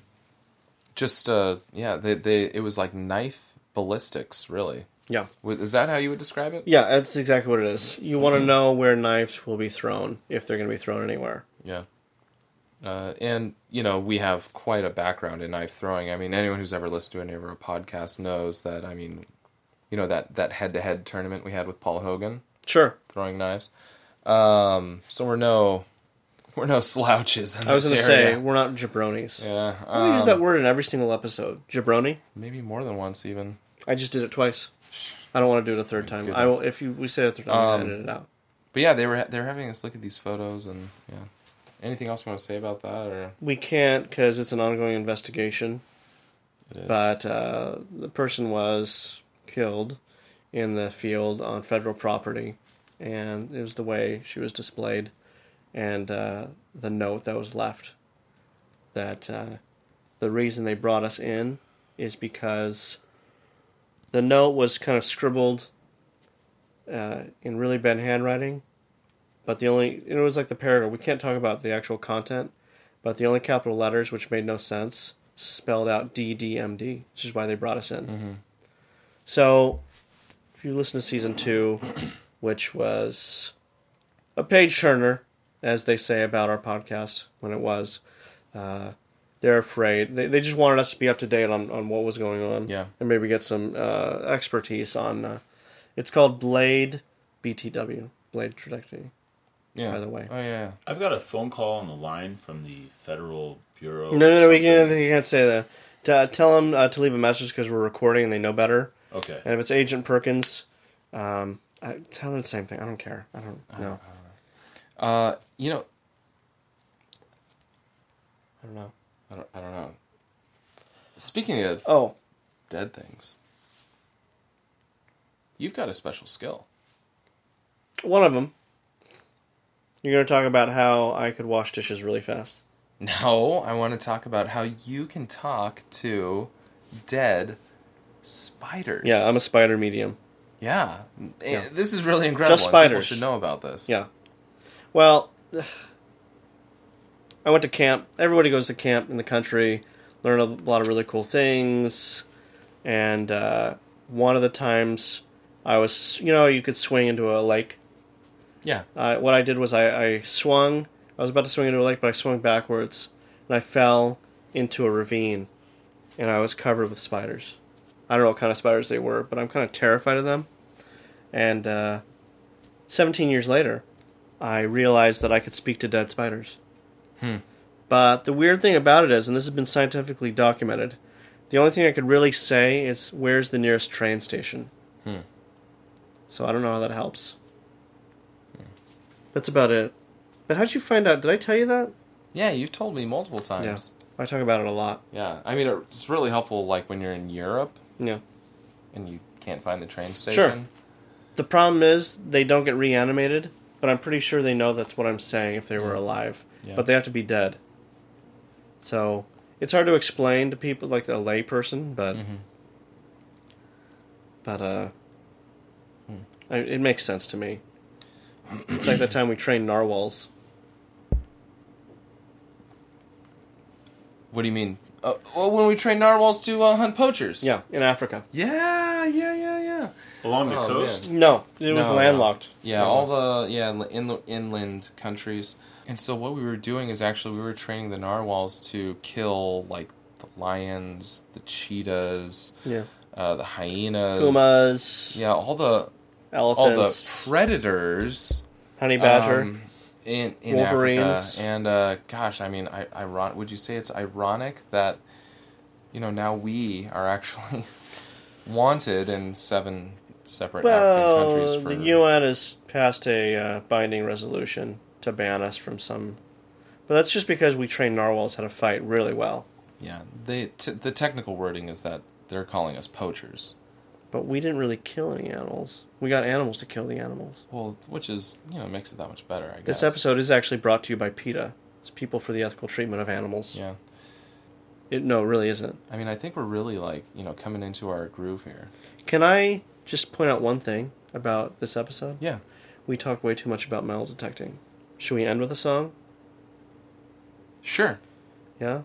Speaker 4: just uh, yeah, they, they it was like knife ballistics really.
Speaker 3: Yeah.
Speaker 4: Wa- Is that how you would describe it?
Speaker 3: Yeah, that's exactly what it is. You want to know where knives will be thrown, if they're going to be thrown anywhere.
Speaker 4: Yeah. Uh, and you know we have quite a background in knife throwing. I mean, anyone who's ever listened to any of our podcasts knows that. I mean, you know that that head to head tournament we had with Paul Hogan
Speaker 3: Sure.
Speaker 4: throwing knives. Um, so we're no we're no slouches. In
Speaker 3: I was
Speaker 4: going to
Speaker 3: say, we're not jabronis.
Speaker 4: yeah,
Speaker 3: I use
Speaker 4: um,
Speaker 3: that word in every single episode. Jabroni?
Speaker 4: maybe more than once even.
Speaker 3: I just did it twice. I don't want to do it a third time. I will
Speaker 4: goodness.
Speaker 3: if you we say it a third time, I'll
Speaker 4: Um,
Speaker 3: edit it out.
Speaker 4: But yeah, they were they were having us look at these photos and yeah. Anything else you want to say about that or
Speaker 3: We can't because it's an ongoing investigation.
Speaker 4: it is
Speaker 3: But uh, the person was killed in the field on federal property, and it was the way she was displayed, and uh, the note that was left. That uh, the reason they brought us in is because the note was kind of scribbled uh, in really bad handwriting, but the only it was like the paragraph. We can't talk about the actual content, but the only capital letters, which made no sense, spelled out DDMD, which is why they brought us in. So, if you listen to season two, which was a page turner, as they say about our podcast when it was, uh, they're afraid. They, they just wanted us to be up to date on, on what was going on
Speaker 4: Yeah.
Speaker 3: and maybe get some uh, expertise on. Uh, it's called Blade BTW, Blade Trajectory.
Speaker 4: yeah.
Speaker 3: by the way.
Speaker 4: Oh yeah, yeah.
Speaker 1: I've got a phone call on the line from the Federal Bureau.
Speaker 3: No, no, no, we
Speaker 1: something.
Speaker 3: can't, you can't say that. T- tell them uh, to leave a message because we're recording and they know better.
Speaker 1: Okay.
Speaker 3: And if it's Agent Perkins, um, I, tell them the same thing. I don't care. I don't know.
Speaker 4: Uh, you know,
Speaker 3: I don't know.
Speaker 4: I don't, I don't know. Speaking of
Speaker 3: Oh,
Speaker 4: dead things, you've got a special skill.
Speaker 3: one of them. You're going to talk about how I could wash dishes really fast.
Speaker 4: Now I want to talk about how you can talk to dead spiders.
Speaker 3: Yeah, I'm a spider medium.
Speaker 4: yeah. Eh,
Speaker 3: Yeah.
Speaker 4: This is really incredible. and
Speaker 3: spiders.
Speaker 4: People should know about this.
Speaker 3: Yeah. Well, I went to camp. Everybody goes to camp in the country, learn a lot of really cool things. And uh, one of the times I was, you know, you could swing into a lake.
Speaker 4: Yeah.
Speaker 3: Uh, what I did was I, I swung. I was about to swing into a lake, but I swung backwards and I fell into a ravine and I was covered with spiders. I don't know what kind of spiders they were, but I'm kind of terrified of them. And uh, 17 years later, I realized that I could speak to dead spiders.
Speaker 4: Hmm.
Speaker 3: But the weird thing about it is, and this has been scientifically documented, the only thing I could really say is, where's the nearest train station?
Speaker 4: Hmm.
Speaker 3: So I don't know how that helps. That's about it. But how'd you find out? Did I tell you that?
Speaker 4: Yeah, you've told me multiple times.
Speaker 3: I talk about it a lot.
Speaker 4: Yeah. I mean, it's really helpful, like, when you're in Europe
Speaker 3: Yeah.
Speaker 4: and you can't find the train station.
Speaker 3: Sure. The problem is they don't get reanimated, but I'm pretty sure they know that's what I'm saying if they were
Speaker 4: Yeah.
Speaker 3: alive.
Speaker 4: Yeah.
Speaker 3: But they have to be dead. So it's hard to explain to people like a lay person, but
Speaker 4: Mhm.
Speaker 3: but uh
Speaker 4: Hmm.
Speaker 3: I, it makes sense to me. it's like that time we trained narwhals.
Speaker 4: What do you mean? Uh, well, when we train narwhals to uh, hunt poachers.
Speaker 3: Yeah, in Africa.
Speaker 4: Yeah, yeah, yeah, yeah.
Speaker 1: Along the
Speaker 4: Oh,
Speaker 1: coast?
Speaker 4: man.
Speaker 3: No, it was
Speaker 4: No, no.
Speaker 3: landlocked.
Speaker 4: Yeah, all the yeah in, inland countries. And so what we were doing is actually we were training the narwhals to kill like the lions, the cheetahs,
Speaker 3: yeah.
Speaker 4: uh, the hyenas,
Speaker 3: pumas,
Speaker 4: Yeah, all the all the
Speaker 3: elephants,
Speaker 4: predators.
Speaker 3: honey badger.
Speaker 4: um, in, in
Speaker 3: Wolverines.
Speaker 4: Africa. And uh, gosh, I mean, I, iron- would you say it's ironic that, you know, now we are actually wanted in seven separate
Speaker 3: Well,
Speaker 4: African countries
Speaker 3: the
Speaker 4: for
Speaker 3: UN has passed a uh, binding resolution to ban us from some, but that's just because we train narwhals how to fight really well.
Speaker 4: yeah. They t- the technical wording is that they're calling us poachers.
Speaker 3: But we didn't really kill any animals. We got animals to kill the animals.
Speaker 4: Well, which is you know makes it that much better. I guess
Speaker 3: This episode is actually brought to you by PETA. It's People for the Ethical Treatment of Animals.
Speaker 4: Yeah,
Speaker 3: It, no, it really isn't.
Speaker 4: I mean, I think we're really like you know coming into our groove here.
Speaker 3: Can I just point out one thing about this episode?
Speaker 4: Yeah.
Speaker 3: We talk way too much about metal detecting. Should we end with a song?
Speaker 4: Sure.
Speaker 3: Yeah?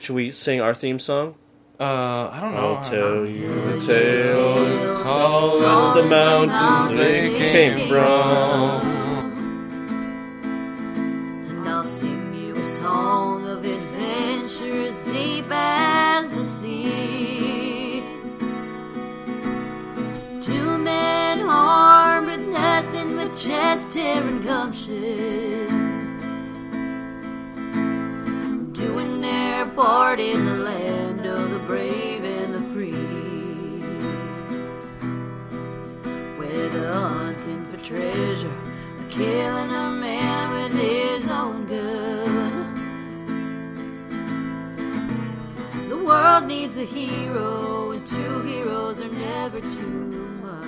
Speaker 3: Should we sing our theme song?
Speaker 4: Uh, I don't know. Uh,
Speaker 3: I'll tell you
Speaker 4: The tales told
Speaker 3: As the mountains
Speaker 4: they came
Speaker 3: from.
Speaker 2: And I'll sing you a song of adventures deep as the sea. Two men armed with nothing but chest hair and gumption. Doing their part in the land of the brave and the free whether hunting for treasure or killing a man with his own gun. The world needs a hero, and two heroes are never too much.